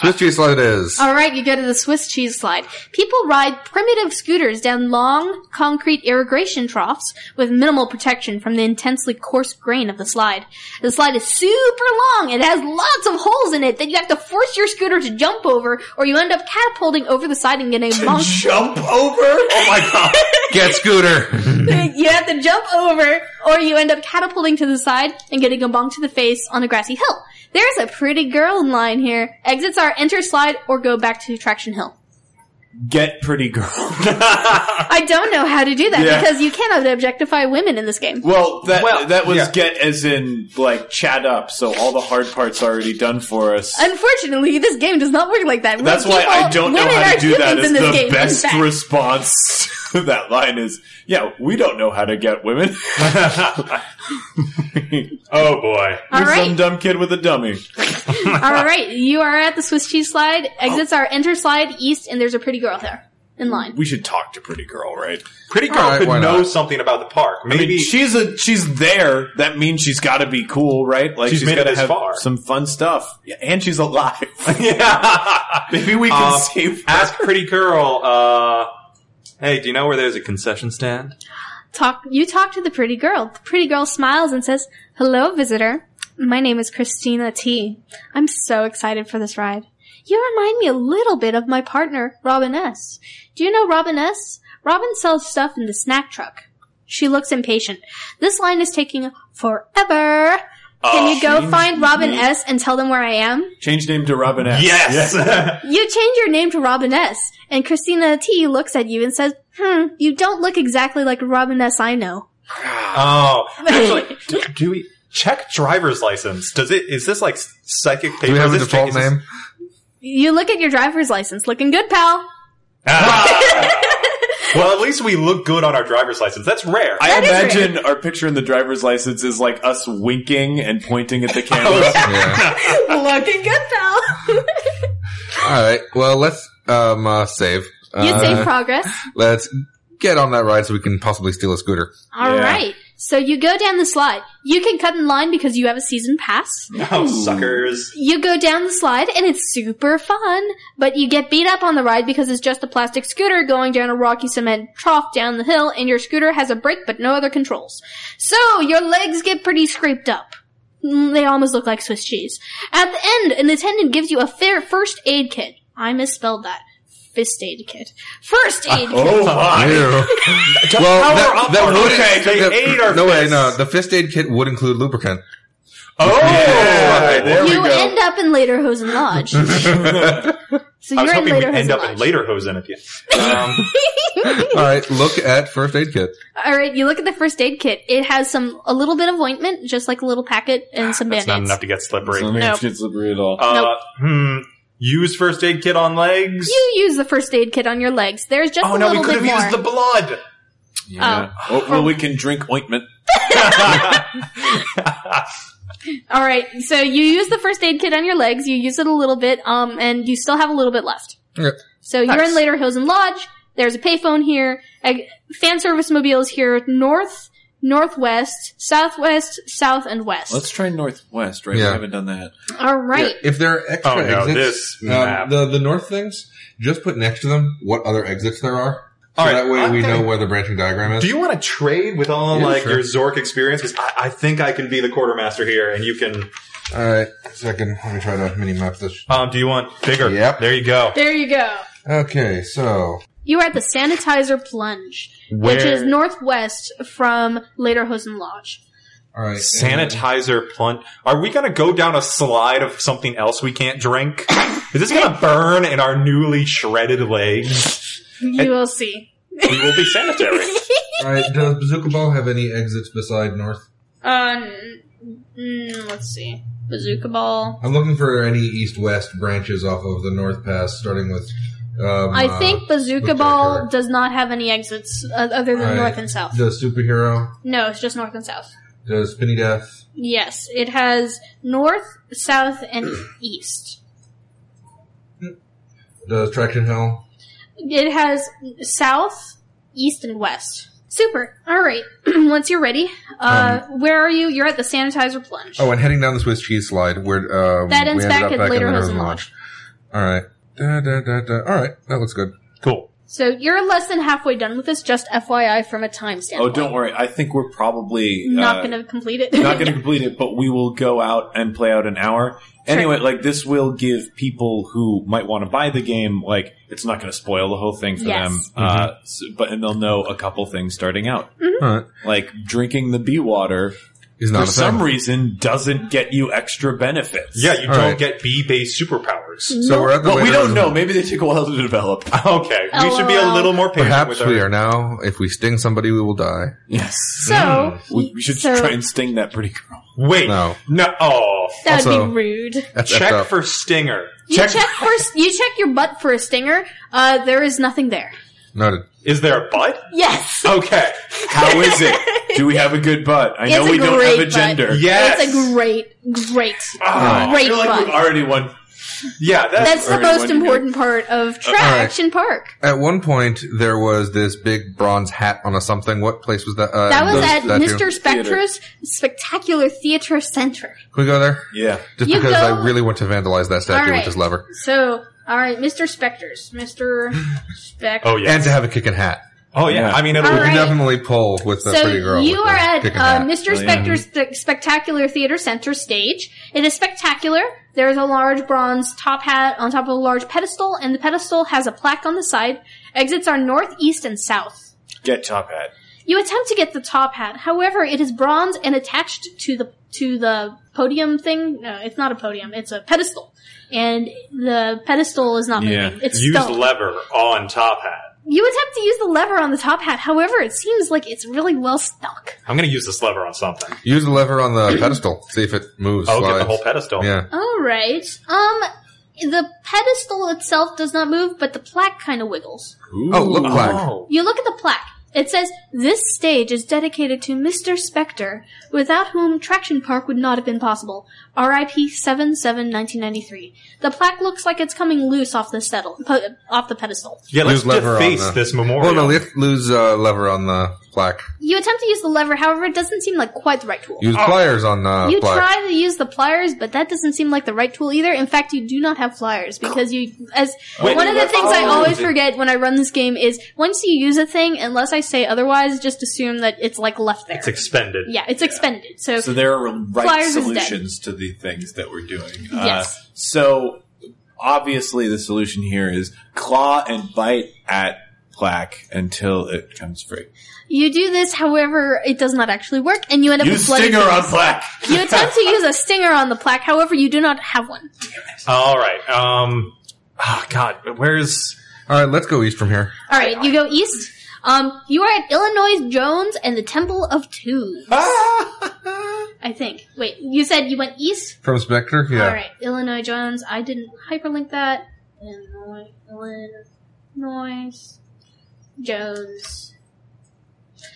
Speaker 3: Swiss cheese slide it is.
Speaker 5: All right, you go to the Swiss cheese slide. People ride primitive scooters down long concrete irrigation troughs with minimal protection from the intensely coarse grain of the slide. The slide is super long and has lots of holes in it that you have to force your scooter to jump over or you end up catapulting over the side and getting a long
Speaker 1: Jump over? Oh my god.
Speaker 3: Get scooter.
Speaker 5: you have to jump over, or you end up catapulting to the side and getting a bonk to the face on a grassy hill. There's a pretty girl in line here. Exits are enter slide or go back to traction hill.
Speaker 1: Get pretty girl.
Speaker 5: I don't know how to do that
Speaker 1: Ah. Yeah.
Speaker 5: because you cannot objectify women in this game.
Speaker 1: Well, that
Speaker 4: Well,
Speaker 1: that was
Speaker 4: yeah.
Speaker 1: get as in like chat up. So all the hard parts already done for us.
Speaker 5: Unfortunately, this game does not work like that.
Speaker 1: That's
Speaker 5: People-
Speaker 1: why I don't know
Speaker 5: women
Speaker 1: how
Speaker 5: are
Speaker 1: to do that.
Speaker 5: humans
Speaker 1: Is
Speaker 5: in this game,
Speaker 1: the
Speaker 5: in
Speaker 1: best
Speaker 5: fact.
Speaker 1: response to that line is, yeah, we don't know how to get women.
Speaker 4: oh boy.
Speaker 5: All
Speaker 1: We're some
Speaker 5: right,
Speaker 1: dumb kid with a dummy.
Speaker 5: all right. You are at the Swiss cheese slide.
Speaker 1: Oh.
Speaker 5: Exits are enter slide east, and there's a pretty girl there in line.
Speaker 1: We should talk to Pretty Girl, right?
Speaker 4: Pretty girl
Speaker 3: Alright,
Speaker 4: could
Speaker 3: why
Speaker 4: know
Speaker 3: not?
Speaker 4: something about the park.
Speaker 1: I
Speaker 4: Maybe
Speaker 1: mean, she's a she's there. That means she's got to be cool, right? Like
Speaker 4: She's
Speaker 1: she's
Speaker 4: made
Speaker 1: got
Speaker 4: it
Speaker 1: to
Speaker 4: this
Speaker 1: have
Speaker 4: far.
Speaker 1: some fun stuff, Yeah, and she's alive.
Speaker 4: yeah.
Speaker 1: Maybe we can
Speaker 4: Um,
Speaker 1: save. Her.
Speaker 4: Ask pretty girl. Uh, hey, do you know where there's a concession stand?
Speaker 5: talk you talk to the pretty girl. The pretty girl smiles and says, "Hello, visitor. My name is Christina T. I'm so excited for this ride. You remind me a little bit of my partner, Robin S. Do you know Robin S? Robin sells stuff in the snack truck. She looks impatient. This line is taking forever. Can you go find Robin S and tell them where I am?
Speaker 1: Change name to Robin S.
Speaker 4: Yes.
Speaker 5: You change your name to Robin S. And Christina T looks at you and says, "Hmm, you don't look exactly like Robin S I know."
Speaker 4: oh, actually, do, do we check driver's license? Does it? Is this like psychic paper?
Speaker 3: Do we have
Speaker 4: Is
Speaker 3: a
Speaker 4: this
Speaker 3: default
Speaker 4: is this-
Speaker 3: name?
Speaker 5: You look at your driver's license, looking good, pal.
Speaker 4: Ah. well, at least we look good on our driver's license. That's rare.
Speaker 1: I
Speaker 5: That is
Speaker 1: imagine our picture in the driver's license is like us winking and pointing at the
Speaker 5: Oh,
Speaker 1: camera.
Speaker 3: Yeah.
Speaker 5: looking good, pal.
Speaker 3: All right. Well, let's um uh, save.
Speaker 5: you
Speaker 3: Uh,
Speaker 5: save progress.
Speaker 3: Let's get on that ride so we can possibly steal a scooter.
Speaker 5: All right.
Speaker 1: yeah.
Speaker 5: So you go down the slide. You can cut in line because you have a season pass.
Speaker 4: oh, suckers!
Speaker 5: You go down the slide and it's super fun, but you get beat up on the ride because it's just a plastic scooter going down a rocky cement trough down the hill and your scooter has a brake but no other controls. So your legs get pretty scraped up. Mm, They almost look like Swiss cheese. At the end, an attendant gives you a fair first aid kit. I misspelled that. Fist aid kit. First
Speaker 4: Uh,
Speaker 5: aid kit.
Speaker 1: oh my!
Speaker 3: Ew. well, that,
Speaker 4: up
Speaker 3: that
Speaker 4: our-
Speaker 3: would
Speaker 4: okay, they
Speaker 3: that-
Speaker 4: ate our
Speaker 3: No way,
Speaker 4: fists.
Speaker 3: no. The fist aid kit would include lubricant.
Speaker 4: Oh,
Speaker 1: Yeah, there
Speaker 5: you end up in Lederhosen Lodge. so
Speaker 4: I was
Speaker 5: you're in
Speaker 4: hoping we'd
Speaker 5: Lederhosen
Speaker 4: end up
Speaker 5: Lodge.
Speaker 4: in Lederhosen at the end. Um,
Speaker 3: All right, look at first aid kit.
Speaker 5: All right, you look at the first aid kit. It has some a little bit of ointment, just like a little packet, and some
Speaker 4: that's not
Speaker 5: band-aids.
Speaker 4: enough to get slippery.
Speaker 5: Nope.
Speaker 1: It's slippery at all.
Speaker 4: Uh,
Speaker 5: Nope.
Speaker 4: hmm, use first aid kit on legs.
Speaker 5: You use the first aid kit on your legs. There's just
Speaker 4: oh
Speaker 5: a
Speaker 4: no, we
Speaker 5: little
Speaker 4: could
Speaker 5: bit
Speaker 4: have
Speaker 5: more.
Speaker 4: used the blood.
Speaker 5: uh,
Speaker 1: Yeah. Oh, Well, well, we can drink ointment.
Speaker 5: All right. So you use the first aid kit on your legs. You use it a little bit, um, and you still have a little bit left.
Speaker 3: Okay.
Speaker 5: So you're in Later Hills and Lodge. There's a payphone here. A fan service mobile is here. North, northwest, southwest, south, and west.
Speaker 1: Let's try northwest, right?
Speaker 3: Yeah.
Speaker 1: We haven't done that.
Speaker 5: All right.
Speaker 3: If there are extra
Speaker 4: Oh, no,
Speaker 3: exits, um,
Speaker 4: this map.
Speaker 3: the the north things, just put next to them what other exits there are. So
Speaker 4: All right,
Speaker 3: that way
Speaker 4: I'm
Speaker 3: we
Speaker 4: gonna-
Speaker 3: know where the branching diagram is.
Speaker 4: Do you want to trade with all
Speaker 3: Yeah,
Speaker 4: like
Speaker 3: sure.
Speaker 4: your Zork experience? Because I, I think I can be the quartermaster here, and you can.
Speaker 3: All right, second. Let me try to mini map this.
Speaker 4: Um, do you want bigger?
Speaker 3: Yep.
Speaker 4: There you go.
Speaker 5: There you go.
Speaker 3: Okay, so
Speaker 5: You are at the sanitizer plunge, which
Speaker 4: Where-
Speaker 5: is northwest from Later Hosen Lodge.
Speaker 3: all right,
Speaker 4: Sanitizer plunt. Are we gonna go down a slide of something else we can't drink? Is this gonna burn in our newly shredded legs?
Speaker 5: You will see.
Speaker 4: We will be sanitary.
Speaker 3: and- All right, does Bazooka Ball have any exits beside north?
Speaker 5: Uh, n- mm, let's see. Bazooka ball.
Speaker 3: I'm looking for any east-west branches off of the North Pass, starting with. Um,
Speaker 5: I think
Speaker 3: looked
Speaker 5: bazooka
Speaker 3: at
Speaker 5: ball
Speaker 3: her.
Speaker 5: does not have any exits uh, other than
Speaker 3: Right.
Speaker 5: north and
Speaker 3: uh,
Speaker 5: south.
Speaker 3: the superhero
Speaker 5: No, it's just north and south.
Speaker 3: does Spinny Death.
Speaker 5: Yes, it has north, south, and east.
Speaker 3: Does Traction Hill?
Speaker 5: It has south, east, and west. Super. All right. Once you're ready, uh, where are you? You're at the sanitizer plunge.
Speaker 3: Oh, and heading down the Swiss cheese slide where uh,
Speaker 5: That ends
Speaker 3: we ended
Speaker 5: back
Speaker 3: up
Speaker 5: at
Speaker 3: in
Speaker 5: Later
Speaker 3: the
Speaker 5: Hosen
Speaker 3: Northern
Speaker 5: Lodge.
Speaker 3: All right, da, da, da, da. all right, that looks good.
Speaker 4: cool.
Speaker 5: So you're less than halfway done with this. Just FYI, from a time
Speaker 1: Oh,
Speaker 5: standpoint.
Speaker 1: don't worry. I think we're probably
Speaker 5: Not
Speaker 1: uh,
Speaker 5: gonna complete it.
Speaker 1: not going to complete it, but we will go out and play out an hour. Anyway, like this will give people who might want to buy the game, like it's not going to spoil the whole thing for
Speaker 5: Yes.
Speaker 1: them. Uh, s- but and they'll know a couple things starting out,
Speaker 5: Mm-hmm.
Speaker 3: All right,
Speaker 1: like drinking the bee water
Speaker 3: he's not
Speaker 1: for
Speaker 3: a
Speaker 1: some
Speaker 3: thing.
Speaker 1: reason doesn't get you extra benefits.
Speaker 4: Yeah, you
Speaker 3: All
Speaker 4: don't
Speaker 3: right.
Speaker 4: get bee-based superpowers.
Speaker 3: so we're at the Ah.
Speaker 1: Well, we
Speaker 3: Later
Speaker 1: don't
Speaker 3: Hosen-
Speaker 1: know. Maybe they took a while to develop.
Speaker 4: Okay, we should be a
Speaker 5: LOL.
Speaker 4: little more patient
Speaker 3: Perhaps
Speaker 4: with our.
Speaker 3: we are now. If we sting somebody, we will die.
Speaker 1: Yes.
Speaker 5: So
Speaker 1: we, we should
Speaker 5: so-
Speaker 1: try and sting that pretty girl.
Speaker 4: Wait,
Speaker 3: No.
Speaker 4: no. Oh,
Speaker 5: That'd
Speaker 3: Also-
Speaker 5: be rude.
Speaker 3: That's effed
Speaker 4: check
Speaker 3: up.
Speaker 4: for stinger.
Speaker 5: You check, for you check your butt for a stinger. Uh, there is nothing there.
Speaker 3: noted.
Speaker 4: Is there a butt?
Speaker 5: Yes,
Speaker 4: Okay.
Speaker 1: How is it? Do we have a good butt? I know
Speaker 5: It's a
Speaker 1: we don't
Speaker 5: great
Speaker 1: have a
Speaker 5: butt.
Speaker 1: gender.
Speaker 4: Yes.
Speaker 5: it's a great, great.
Speaker 1: Ah, I
Speaker 5: Great
Speaker 1: feel like
Speaker 5: butt.
Speaker 1: we've already won.
Speaker 4: yeah, that's,
Speaker 5: That's the
Speaker 1: already
Speaker 5: most
Speaker 1: one you
Speaker 5: important part
Speaker 1: Uh,
Speaker 5: of Traction Park.
Speaker 3: At one point, there was this big bronze hat on a something. What place was that? Uh,
Speaker 5: That was
Speaker 3: the
Speaker 5: at
Speaker 3: statue?
Speaker 5: Mr. Spectra's Spectacular Theater Center.
Speaker 3: Can we go there?
Speaker 1: Yeah.
Speaker 3: Just
Speaker 5: You
Speaker 3: because
Speaker 5: go-
Speaker 3: I really want to vandalize that statue
Speaker 5: All right.
Speaker 3: with this lever.
Speaker 5: So, all right, Mr. Specters, Mr. Spect.
Speaker 4: oh yeah.
Speaker 3: And to have a kicking hat.
Speaker 4: oh yeah.
Speaker 1: Yeah.
Speaker 4: I mean, it'll,
Speaker 5: All
Speaker 3: We
Speaker 5: right.
Speaker 3: can definitely pull with the
Speaker 5: so
Speaker 3: pretty girl.
Speaker 5: you
Speaker 3: with
Speaker 5: are
Speaker 3: the
Speaker 5: at
Speaker 3: kicking
Speaker 5: uh,
Speaker 3: hat.
Speaker 5: Mr. Spector's th- Spectacular Theater Center stage. It is spectacular. There is a large bronze top hat on top of a large pedestal, and the pedestal has a plaque on the side. Exits are north, east, and south.
Speaker 1: Get top hat.
Speaker 5: You attempt to get the top hat, however, it is bronze and attached to the to the podium thing. No, it's not a podium; it's a pedestal, and the pedestal is not
Speaker 1: Yeah.
Speaker 5: moving. It's
Speaker 4: use
Speaker 5: stone.
Speaker 4: lever on top hat.
Speaker 5: You attempt to use the lever on the top hat, however, it seems like it's really well stuck.
Speaker 4: I'm gonna use this lever on something.
Speaker 3: Use the lever on the pedestal. See if it moves.
Speaker 4: Oh, get the
Speaker 3: slides.
Speaker 4: whole pedestal.
Speaker 3: Yeah.
Speaker 5: All right. Um, the pedestal itself does not move, but the plaque kind of wiggles.
Speaker 3: Oh, look, black.
Speaker 5: You look at the plaque. It says, This stage is dedicated to Mr. Spectre, without whom Traction Park would not have been possible. RIP 77 1993. The plaque looks like it's coming loose off the settle, po- off the pedestal.
Speaker 4: Yeah, let's
Speaker 3: Use lever on
Speaker 4: deface
Speaker 3: the-
Speaker 4: this memorial.
Speaker 3: Well, no, we have to lose uh, lever on the plaque.
Speaker 5: You attempt to use the lever, however, it doesn't seem like quite the right tool.
Speaker 4: Oh.
Speaker 3: Use pliers on
Speaker 1: Uh,
Speaker 3: the
Speaker 5: You
Speaker 3: plaque.
Speaker 5: try to use the pliers, but that doesn't seem like the right tool either. In fact, you do not have pliers because you, as
Speaker 1: Wait,
Speaker 5: one of the
Speaker 1: that's-
Speaker 5: things I
Speaker 1: oh,
Speaker 5: always
Speaker 1: the-
Speaker 5: forget when I run this game is once you use a thing, unless I say otherwise, just assume that it's like left there.
Speaker 4: It's expended.
Speaker 5: yeah, it's expended. So,
Speaker 1: So there are right
Speaker 5: Flyers is dead.
Speaker 1: solutions to the things that we're doing. Uh,
Speaker 5: Yes.
Speaker 1: so obviously the solution here is claw and bite at plaque until it comes free.
Speaker 5: you do this, however, it does not actually work, and you end up
Speaker 1: You
Speaker 5: with bloody
Speaker 1: stinger on
Speaker 5: things.
Speaker 1: plaque.
Speaker 5: You attempt to use a stinger on the plaque, however, you do not have one.
Speaker 4: All right. Um. Oh God, where's?
Speaker 3: All right, let's go east from here.
Speaker 5: All right, you go east. Um, you are at Illinois Jones and the Temple of Two. I think. Wait, you said you went east?
Speaker 3: From Spectre? Yeah.
Speaker 5: All right, Illinois Jones. I didn't hyperlink that. Illinois, Illinois Jones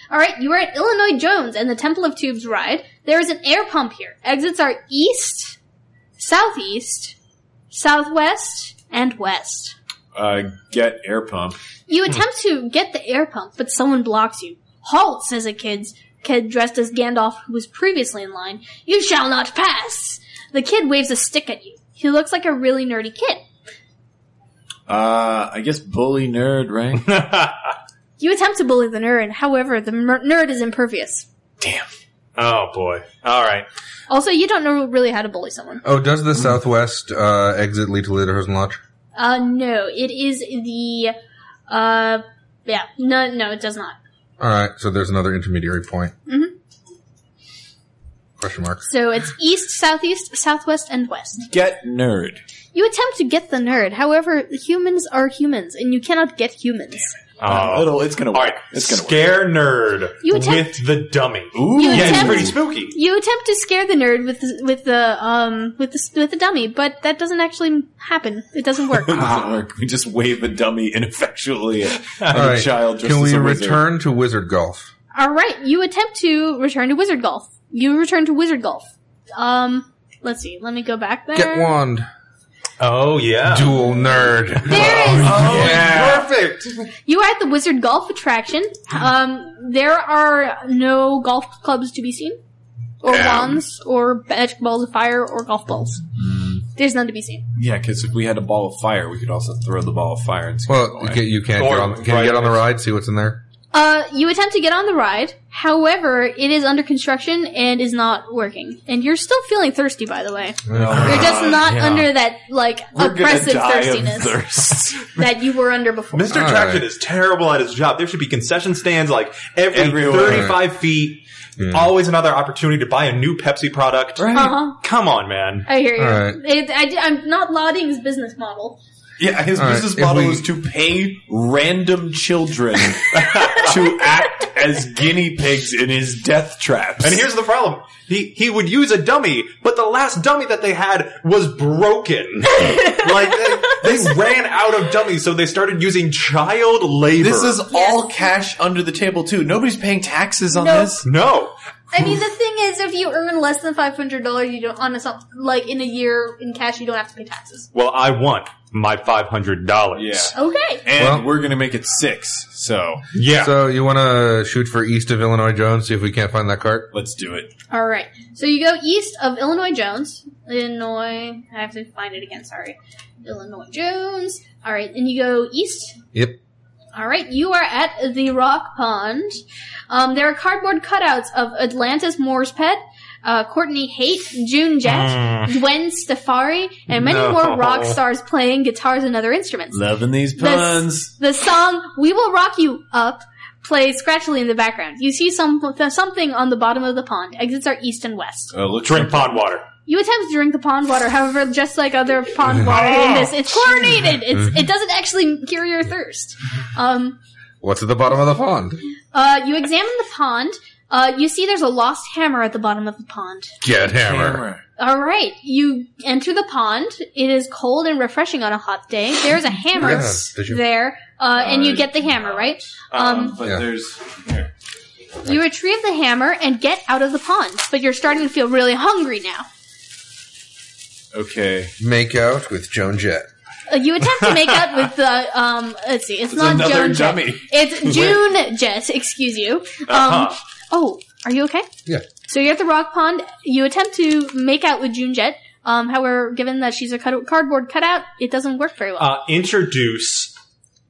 Speaker 5: All right, you are at Illinois Jones and the Temple of Tubes ride. There is an air pump here. Exits are east, southeast, southwest, and west.
Speaker 1: Uh, get air pump.
Speaker 5: You attempt to get the air pump, but someone blocks you. Halt, says a kid's kid dressed as Gandalf who was previously in line. You shall not pass! The kid waves a stick at you. He looks like a really nerdy kid.
Speaker 1: Uh, I guess bully nerd, right?
Speaker 5: You attempt to bully the nerd, however, the mer- nerd is impervious.
Speaker 4: Oh boy. All right.
Speaker 5: Also, you don't know really how to bully someone.
Speaker 3: Oh, does the southwest uh, exit lead to Lederhosen Lodge?
Speaker 5: Uh, no, it is the, uh, yeah, no, no, it does not.
Speaker 3: All right, so there's another intermediary point. Question mark.
Speaker 5: So it's east, southeast, southwest, and west.
Speaker 1: get nerd.
Speaker 5: You attempt to get the nerd, however, humans are humans, and you cannot get humans.
Speaker 1: Uh,
Speaker 4: Oh.
Speaker 1: it'll, it's gonna work.
Speaker 4: All right.
Speaker 1: It's gonna work.
Speaker 4: Scare nerd
Speaker 5: You attempt-
Speaker 4: with the dummy.
Speaker 1: Ooh,
Speaker 5: You
Speaker 4: Yeah, it's
Speaker 5: attempt-
Speaker 4: pretty spooky.
Speaker 5: You attempt to scare the nerd with the, with the um with the with the dummy, but that doesn't actually happen. It doesn't work.
Speaker 1: It doesn't work. We just wave a dummy ineffectually at, at
Speaker 3: All
Speaker 1: a
Speaker 3: right,
Speaker 1: child. dressed
Speaker 3: can
Speaker 1: as
Speaker 3: we
Speaker 1: a wizard.
Speaker 3: return to Wizard Golf?
Speaker 5: All right, you attempt to return to wizard golf. You return to wizard golf. Um, let's see. Let me go back there.
Speaker 3: Get wand,
Speaker 4: Oh yeah.
Speaker 3: dual nerd.
Speaker 5: There is.
Speaker 4: Oh,
Speaker 3: Yeah.
Speaker 4: perfect.
Speaker 5: You are at the wizard golf attraction. Um, there are no golf clubs to be seen, or wands, or magic balls of fire, or golf balls. There's none to be seen.
Speaker 1: Yeah, because if we had a ball of fire, we could also throw the ball of fire and scare
Speaker 3: Well,
Speaker 1: it away.
Speaker 3: you, you can't
Speaker 4: Or
Speaker 3: get on, can
Speaker 4: right
Speaker 3: you get on the
Speaker 4: away.
Speaker 3: ride, see what's in there?
Speaker 5: Uh, you attempt to get on the ride. However, it is under construction and is not working. And you're still feeling thirsty, by the way. You're just not under that like
Speaker 1: Ah, We're gonna
Speaker 5: oppressive
Speaker 1: die of
Speaker 5: thirstiness
Speaker 1: thirst.
Speaker 5: that you were under before.
Speaker 4: Mr.
Speaker 3: All
Speaker 4: Traction
Speaker 3: right.
Speaker 4: is terrible at his job. There should be concession stands like every
Speaker 1: Everywhere.
Speaker 4: 35 feet. Always another opportunity to buy a new Pepsi product.
Speaker 5: Uh-huh.
Speaker 4: Come on, man.
Speaker 5: I hear you.
Speaker 3: Alright.
Speaker 5: It, I, am not lauding his business model.
Speaker 1: Yeah, his
Speaker 3: All right,
Speaker 1: business
Speaker 3: if
Speaker 1: model
Speaker 3: we-
Speaker 1: is to pay random children to act as guinea pigs in his death traps.
Speaker 4: And here's the problem. He he would use a dummy, but the last dummy that they had was broken. like they, they ran out of dummies, so they started using child labor.
Speaker 1: this is all cash under the table too. Nobody's paying taxes on
Speaker 5: No.
Speaker 1: this.
Speaker 4: no.
Speaker 5: I mean, the thing is, if you earn less than five hundred dollars, you don't on a some- like in a year in cash, you don't have to pay taxes.
Speaker 4: Well, I want my five hundred dollars.
Speaker 1: Yeah.
Speaker 5: Okay.
Speaker 1: And
Speaker 3: Well-
Speaker 1: we're gonna make it six. So
Speaker 4: Yeah.
Speaker 3: So you want to shoot for east of Illinois Jones, see if we can't find that cart?
Speaker 1: let's do it.
Speaker 5: All right. So you go east of Illinois Jones, Illinois. I have to find it again. Sorry, Illinois Jones. All right, and you go east.
Speaker 3: Yep.
Speaker 5: All right, you are at the Rock Pond. Um, there are cardboard cutouts of Atlantis Moore's Pet, uh, Courtney Haight, June Jett, Gwen Stefani, and many
Speaker 4: No.
Speaker 5: more rock stars playing guitars and other instruments.
Speaker 1: Loving these
Speaker 5: The s- The song "We Will Rock You Up" plays scratchily in the background. You see some something on the bottom of the pond. Exits are east and west.
Speaker 1: Uh, look-
Speaker 4: Drink pond water.
Speaker 5: You attempt to drink the pond water, however, just like other pond water in this,
Speaker 3: Oh.
Speaker 5: it's chlorinated.
Speaker 3: Mm-hmm.
Speaker 5: It's, it doesn't actually cure your thirst. Um,
Speaker 3: What's at the bottom of the pond?
Speaker 5: uh, you examine the pond. Uh, you see there's a lost hammer at the bottom of the pond.
Speaker 3: Get hammer.
Speaker 1: Camera.
Speaker 5: All right, you enter the pond. It is cold and refreshing on a hot day. There's a hammer
Speaker 3: Yeah, did you-
Speaker 5: there, uh, and you get the hammer, right? Um,
Speaker 1: But
Speaker 3: Yeah.
Speaker 1: there's
Speaker 5: you retrieve the hammer and get out of the pond, but you're starting to feel really hungry now.
Speaker 1: okay.
Speaker 3: Make out with Joan Jett.
Speaker 5: Uh, You attempt to make out with the um. Let's see, it's,
Speaker 1: It's
Speaker 5: not
Speaker 1: another
Speaker 5: Joan Jett.
Speaker 1: dummy.
Speaker 5: It's June Jet. Excuse you. Um.
Speaker 4: Uh-huh.
Speaker 5: Oh, are you okay?
Speaker 3: Yeah.
Speaker 5: So you're at the rock pond. You attempt to make out with June Jet. Um. However, given that she's a cut- cardboard cutout, it doesn't work very well.
Speaker 4: Uh, introduce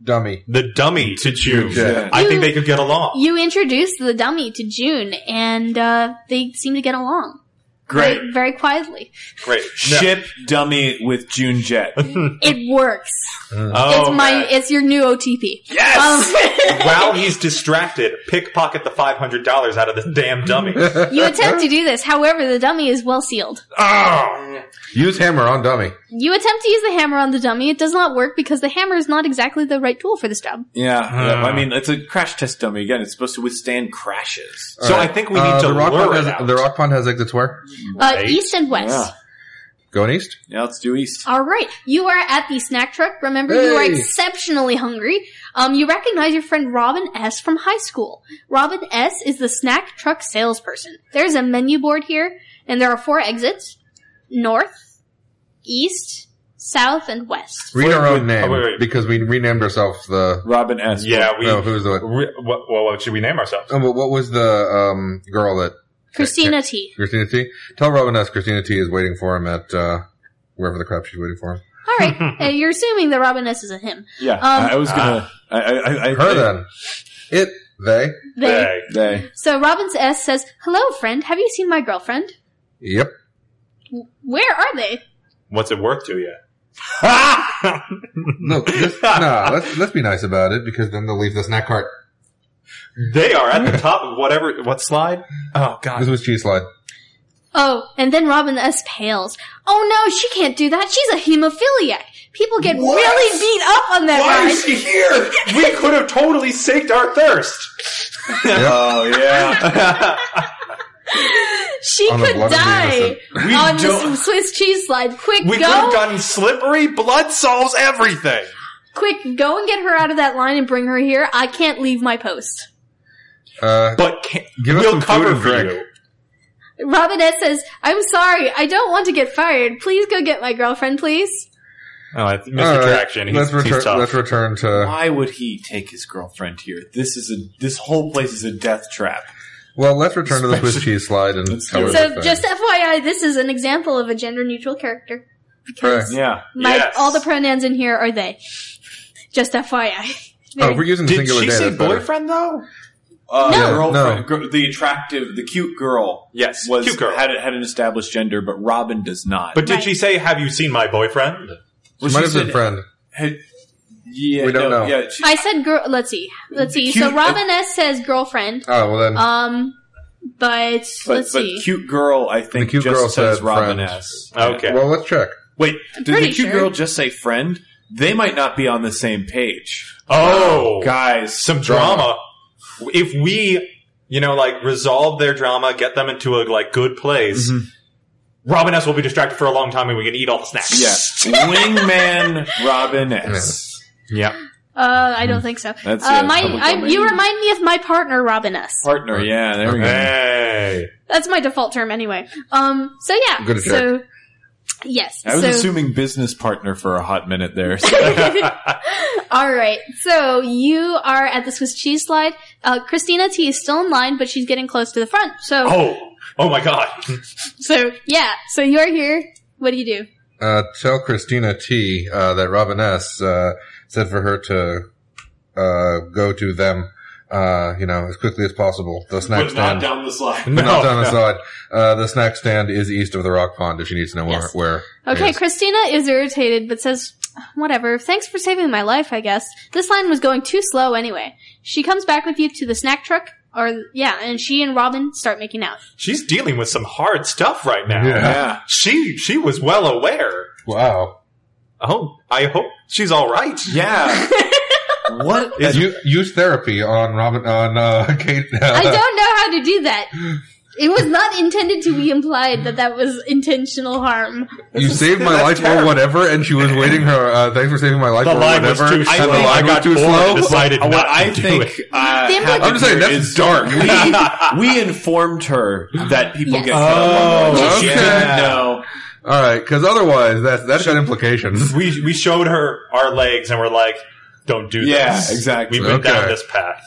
Speaker 3: Dummy.
Speaker 4: the dummy to June.
Speaker 3: Yeah.
Speaker 4: I
Speaker 5: You-
Speaker 4: think they could get along.
Speaker 5: you introduce the dummy to June, and uh, they seem to get along.
Speaker 1: Great.
Speaker 5: Very, very quietly.
Speaker 4: Great.
Speaker 1: Ship dummy with June Jet.
Speaker 5: It works.
Speaker 4: Oh,
Speaker 5: it's my.
Speaker 4: man.
Speaker 5: It's your new OTP.
Speaker 1: Yes!
Speaker 5: Um,
Speaker 4: While he's distracted, pickpocket the five hundred dollars out of this damn dummy.
Speaker 5: Um, you attempt to do this. However, the dummy is well sealed.
Speaker 4: oh,
Speaker 3: Use hammer on dummy.
Speaker 5: You attempt to use the hammer on the dummy. It does not work because the hammer is not exactly the right tool for this job.
Speaker 1: Yeah, yeah, I mean, it's a crash test dummy. Again, it's supposed to withstand crashes.
Speaker 4: so I think we need
Speaker 3: Uh,
Speaker 4: to
Speaker 3: the rock
Speaker 4: lure
Speaker 3: pond
Speaker 4: it
Speaker 3: has
Speaker 4: out.
Speaker 3: the rock pond has exits where?
Speaker 5: Uh, east and west.
Speaker 3: Going east?
Speaker 1: Now let's do east.
Speaker 5: All right, you are at the snack truck. Remember, you are
Speaker 3: Hey.
Speaker 5: exceptionally hungry. Um, you recognize your friend Robin S from high school. Robin S is the snack truck salesperson. There's a menu board here, and there are four exits: north, east, south, and west.
Speaker 3: Read our
Speaker 4: Wait,
Speaker 3: own
Speaker 4: wait,
Speaker 3: name
Speaker 4: oh, wait, wait.
Speaker 3: because we renamed ourselves the.
Speaker 1: Robin S.
Speaker 4: Yeah, we.
Speaker 3: oh, who was the?
Speaker 4: we- what, what, what should we name ourselves?
Speaker 3: Oh, what what was the um, girl that
Speaker 5: Christina T.
Speaker 3: Christina T? Tell Robin S. Christina T. is waiting for him at uh, wherever the crap she's waiting for him.
Speaker 5: All right, uh, you're assuming that Robin S is a him.
Speaker 1: Yeah, I, I was gonna. I, I, I, I,
Speaker 3: Her then, it they.
Speaker 5: They.
Speaker 4: Hey.
Speaker 1: They.
Speaker 5: So Robin's S says, "Hello, friend. Have you seen my girlfriend?
Speaker 3: Yep.
Speaker 5: W- Where are they?"
Speaker 4: What's it worth to you?
Speaker 3: No, this, nah. Let's let's be nice about it because then they'll leave the snack cart.
Speaker 4: They are at the top of whatever. What slide? Oh
Speaker 3: This
Speaker 4: God!
Speaker 3: was cheese slide.
Speaker 5: Oh, and then Robin S. pales. Oh no, she can't do that. She's a hemophiliac. People get
Speaker 1: What?
Speaker 5: really beat up on that
Speaker 1: Why
Speaker 5: ride.
Speaker 1: is she here?
Speaker 4: we could have totally saked our thirst.
Speaker 1: oh yeah.
Speaker 5: She
Speaker 3: On the
Speaker 5: could
Speaker 3: blood of the
Speaker 5: die
Speaker 3: innocent.
Speaker 1: We
Speaker 5: on
Speaker 1: don't-
Speaker 5: the Swiss cheese slide. Quick,
Speaker 4: We could
Speaker 5: go,
Speaker 4: have gotten slippery. Blood solves everything.
Speaker 5: quick, go and get her out of that line and bring her here. I can't leave my post.
Speaker 3: Uh,
Speaker 4: But can,
Speaker 3: Give us
Speaker 4: we'll
Speaker 3: some food
Speaker 4: cover
Speaker 3: and
Speaker 4: for
Speaker 3: drink.
Speaker 4: you.
Speaker 5: Robin S. says, "I'm sorry. I don't want to get fired. Please go get my girlfriend, please."
Speaker 4: Oh, I think
Speaker 3: all
Speaker 4: Mr.
Speaker 3: right,
Speaker 4: Traction. He's,
Speaker 3: let's
Speaker 4: he's
Speaker 3: return.
Speaker 4: tough.
Speaker 3: Let's return to.
Speaker 1: Why would he take his girlfriend here? This is a. This whole place is a death trap.
Speaker 3: Well, let's return to the Swiss cheese slide and
Speaker 1: Let's
Speaker 3: cover
Speaker 1: do it.
Speaker 3: the
Speaker 5: So,
Speaker 3: thing.
Speaker 5: just FYI, this is an example of a gender-neutral character because
Speaker 3: Right.
Speaker 1: Yeah.
Speaker 5: my
Speaker 4: Yes.
Speaker 5: all the pronouns in here are they. Just FYI.
Speaker 3: Oh, if we're using the
Speaker 4: Did
Speaker 3: singular
Speaker 4: she
Speaker 3: day.
Speaker 4: say
Speaker 3: that's better.
Speaker 4: boyfriend though?
Speaker 1: Uh,
Speaker 5: No.
Speaker 1: the girlfriend,
Speaker 3: No.
Speaker 1: gr- the attractive, the cute girl.
Speaker 4: Yes,
Speaker 1: was
Speaker 4: cute girl.
Speaker 1: had had an established gender, but Robin does not.
Speaker 4: But did
Speaker 5: Right.
Speaker 4: she say, "Have you seen my boyfriend"?
Speaker 1: Well,
Speaker 3: She
Speaker 1: she
Speaker 3: might have been
Speaker 1: said-
Speaker 3: friend.
Speaker 1: had- yeah,
Speaker 3: We don't
Speaker 1: no,
Speaker 3: know.
Speaker 1: Yeah, she,
Speaker 5: I said girl. Let's see. Let's see. So
Speaker 1: Cute-
Speaker 5: Robin S says girlfriend.
Speaker 3: Oh well, then
Speaker 5: Um,
Speaker 1: but,
Speaker 5: but, let's
Speaker 1: but
Speaker 5: see.
Speaker 1: cute girl, I think
Speaker 3: The cute
Speaker 1: just
Speaker 3: girl
Speaker 1: says
Speaker 3: said
Speaker 1: Robin
Speaker 3: friend.
Speaker 1: S.
Speaker 4: Okay.
Speaker 3: well let's check.
Speaker 1: Wait, did the
Speaker 5: pretty
Speaker 1: cute
Speaker 5: sure.
Speaker 1: girl just say friend? They might not be on the same page,
Speaker 4: oh,
Speaker 1: guys.
Speaker 4: some drama. If we, you know, like resolve their drama, get them into a like good place, Robin S will be distracted for a long time, and we can eat all the snacks.
Speaker 1: Yeah, wingman Robin S.
Speaker 4: yeah.
Speaker 5: uh, I don't think so.
Speaker 1: That's
Speaker 5: uh,
Speaker 1: it.
Speaker 5: my,
Speaker 1: Public
Speaker 5: I, you
Speaker 1: domain.
Speaker 5: remind me of my partner Robin S.
Speaker 1: Partner, yeah, there we go.
Speaker 4: Hey,
Speaker 5: That's my default term anyway. Um, so yeah.
Speaker 3: Good
Speaker 5: so yes.
Speaker 1: I was
Speaker 5: so
Speaker 1: assuming business partner for a hot minute there. So
Speaker 5: all right. So you are at the Swiss cheese slide. Uh, Christina T is still in line, but she's getting close to the front. So
Speaker 4: oh, oh my God!
Speaker 5: so yeah. So you're here. What do you do?
Speaker 3: Uh, tell Christina T uh, that Robin S uh, said for her to uh, go to them, uh, you know, as quickly as possible. The snack stand,
Speaker 1: down the slide.
Speaker 3: not
Speaker 4: No,
Speaker 3: down the
Speaker 4: no.
Speaker 3: side. Uh, the snack stand is east of the rock pond. If she needs to know
Speaker 5: Yes.
Speaker 3: where, where.
Speaker 5: Okay,
Speaker 3: it is.
Speaker 5: Christina is irritated but says, whatever, thanks for saving my life, I guess. This line was going too slow anyway. She comes back with you to the snack truck, or, yeah, and she and Robin start making out.
Speaker 4: She's dealing with some hard stuff right now.
Speaker 3: Yeah.
Speaker 1: Yeah.
Speaker 4: She she was well aware.
Speaker 3: Wow.
Speaker 4: Oh, I hope she's all right.
Speaker 1: Yeah. what is
Speaker 3: You, use therapy on Robin on uh, Kate.
Speaker 5: I don't know how to do that. It was not intended to be implied that that was intentional harm.
Speaker 3: You saved my
Speaker 4: That's
Speaker 3: life or
Speaker 4: terrible.
Speaker 3: whatever, and she was waiting her. Uh, thanks for saving my life
Speaker 4: The
Speaker 3: or
Speaker 4: line was
Speaker 3: whatever.
Speaker 4: too
Speaker 3: and
Speaker 4: slow.
Speaker 3: The
Speaker 4: I
Speaker 3: line was
Speaker 4: got
Speaker 3: too
Speaker 4: bored and
Speaker 3: slow.
Speaker 4: decided
Speaker 1: Uh, what
Speaker 4: not
Speaker 1: I
Speaker 4: to do
Speaker 1: think?
Speaker 4: it.
Speaker 1: Uh,
Speaker 5: The implica-
Speaker 1: happened
Speaker 3: I'm just saying
Speaker 1: here
Speaker 3: that's
Speaker 1: is
Speaker 3: dark.
Speaker 1: we informed her that people
Speaker 5: Yes.
Speaker 1: get.
Speaker 4: Oh,
Speaker 1: drunk. She
Speaker 3: okay.
Speaker 1: didn't know.
Speaker 3: All right, because otherwise that's that's got implications.
Speaker 4: we we showed her our legs and we're like, don't do
Speaker 1: Yeah,
Speaker 4: this.
Speaker 1: exactly.
Speaker 4: We've been
Speaker 3: Okay.
Speaker 4: down this path.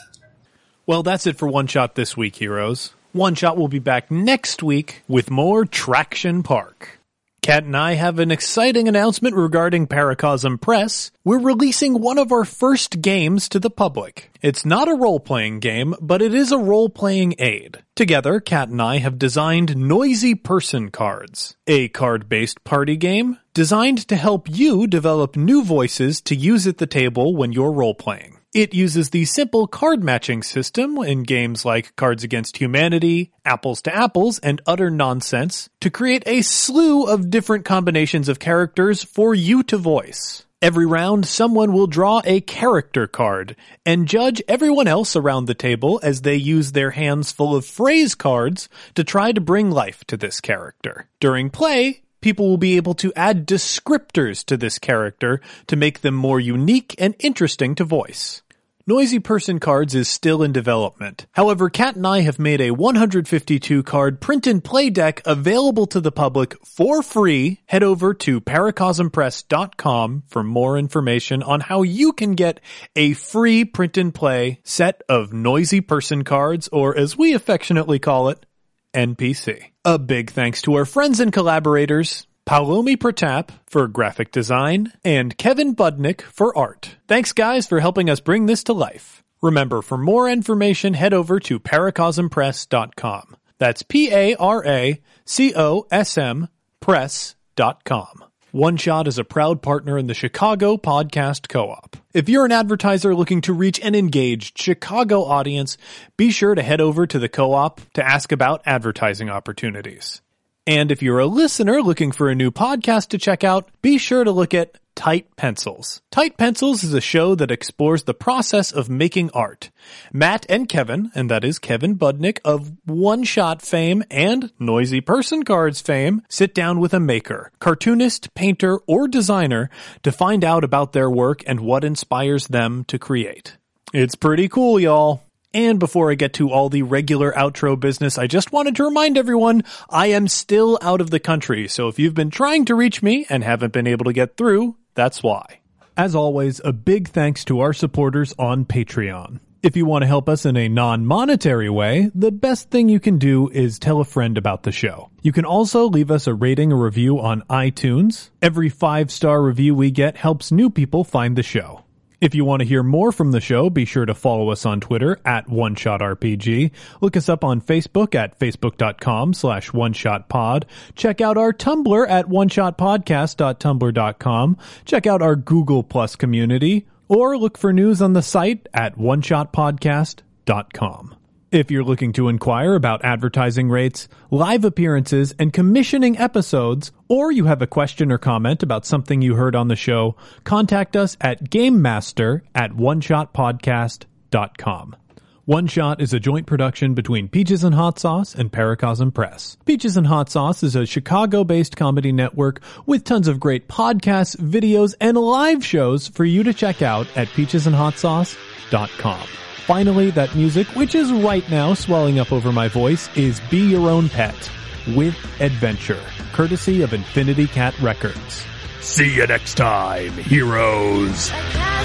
Speaker 8: Well, that's it for One Shot this week, heroes. One Shot will be back next week with more Traction Park. Kat and I have an exciting announcement regarding Paracosm Press. We're releasing one of our first games to the public. It's not a role playing game, but it is a role playing aid. Together, Kat and I have designed Noisy Person Cards, a card based party game designed to help you develop new voices to use at the table when you're role playing. It uses the simple card matching system in games like Cards Against Humanity, Apples to Apples, and Utter Nonsense to create a slew of different combinations of characters for you to voice. Every round, someone will draw a character card and judge everyone else around the table as they use their hands full of phrase cards to try to bring life to this character. During play, people will be able to add descriptors to this character to make them more unique and interesting to voice. Noisy Person Cards is still in development. However, Kat and I have made a 152 card print and play deck available to the public for free. Head over to paracosmpress.com for more information on how you can get a free print and play set of Noisy Person Cards, or as we affectionately call it, NPC. A big thanks to our friends and collaborators, Palomi Pratap for graphic design, and Kevin Budnick for art. Thanks, guys, for helping us bring this to life. Remember, for more information, head over to paracosmpress.com. That's P A R A C O S M press.com. One Shot is a proud partner in the Chicago Podcast Co op. If you're an advertiser looking to reach an engaged Chicago audience, be sure to head over to the co op to ask about advertising opportunities. And if you're a listener looking for a new podcast to check out, be sure to look at Tight Pencils. Tight Pencils is a show that explores the process of making art. Matt and Kevin, and that is Kevin Budnick of One Shot fame and Noisy Person Cards fame, sit down with a maker, cartoonist, painter, or designer to find out about their work and what inspires them to create. It's pretty cool, y'all. And before I get to all the regular outro business, I just wanted to remind everyone I am still out of the country. So if you've been trying to reach me and haven't been able to get through, that's why. As always, a big thanks to our supporters on Patreon. If you want to help us in a non monetary way, the best thing you can do is tell a friend about the show. You can also leave us a rating or review on iTunes. Every five star review we get helps new people find the show. If you want to hear more from the show, be sure to follow us on Twitter at OneShotRPG. Look us up on Facebook at facebook.com slash OneShotPod. Check out our Tumblr at OneShotPodcast.tumblr.com. Check out our Google Plus community, or look for news on the site at OneShotPodcast.com. If you're looking to inquire about advertising rates, live appearances, and commissioning episodes, or you have a question or comment about something you heard on the show, contact us at gamemaster at oneshotpodcast.com. One Shot is a joint production between Peaches and Hot Sauce and Paracosm Press. Peaches and Hot Sauce is a Chicago based comedy network with tons of great podcasts, videos, and live shows for you to check out at peachesandhotsauce.com. Finally, that music, which is right now swelling up over my voice, is Be Your Own Pet with Adventure, courtesy of Infinity Cat Records. See you next time, heroes.
Speaker 2: Academy.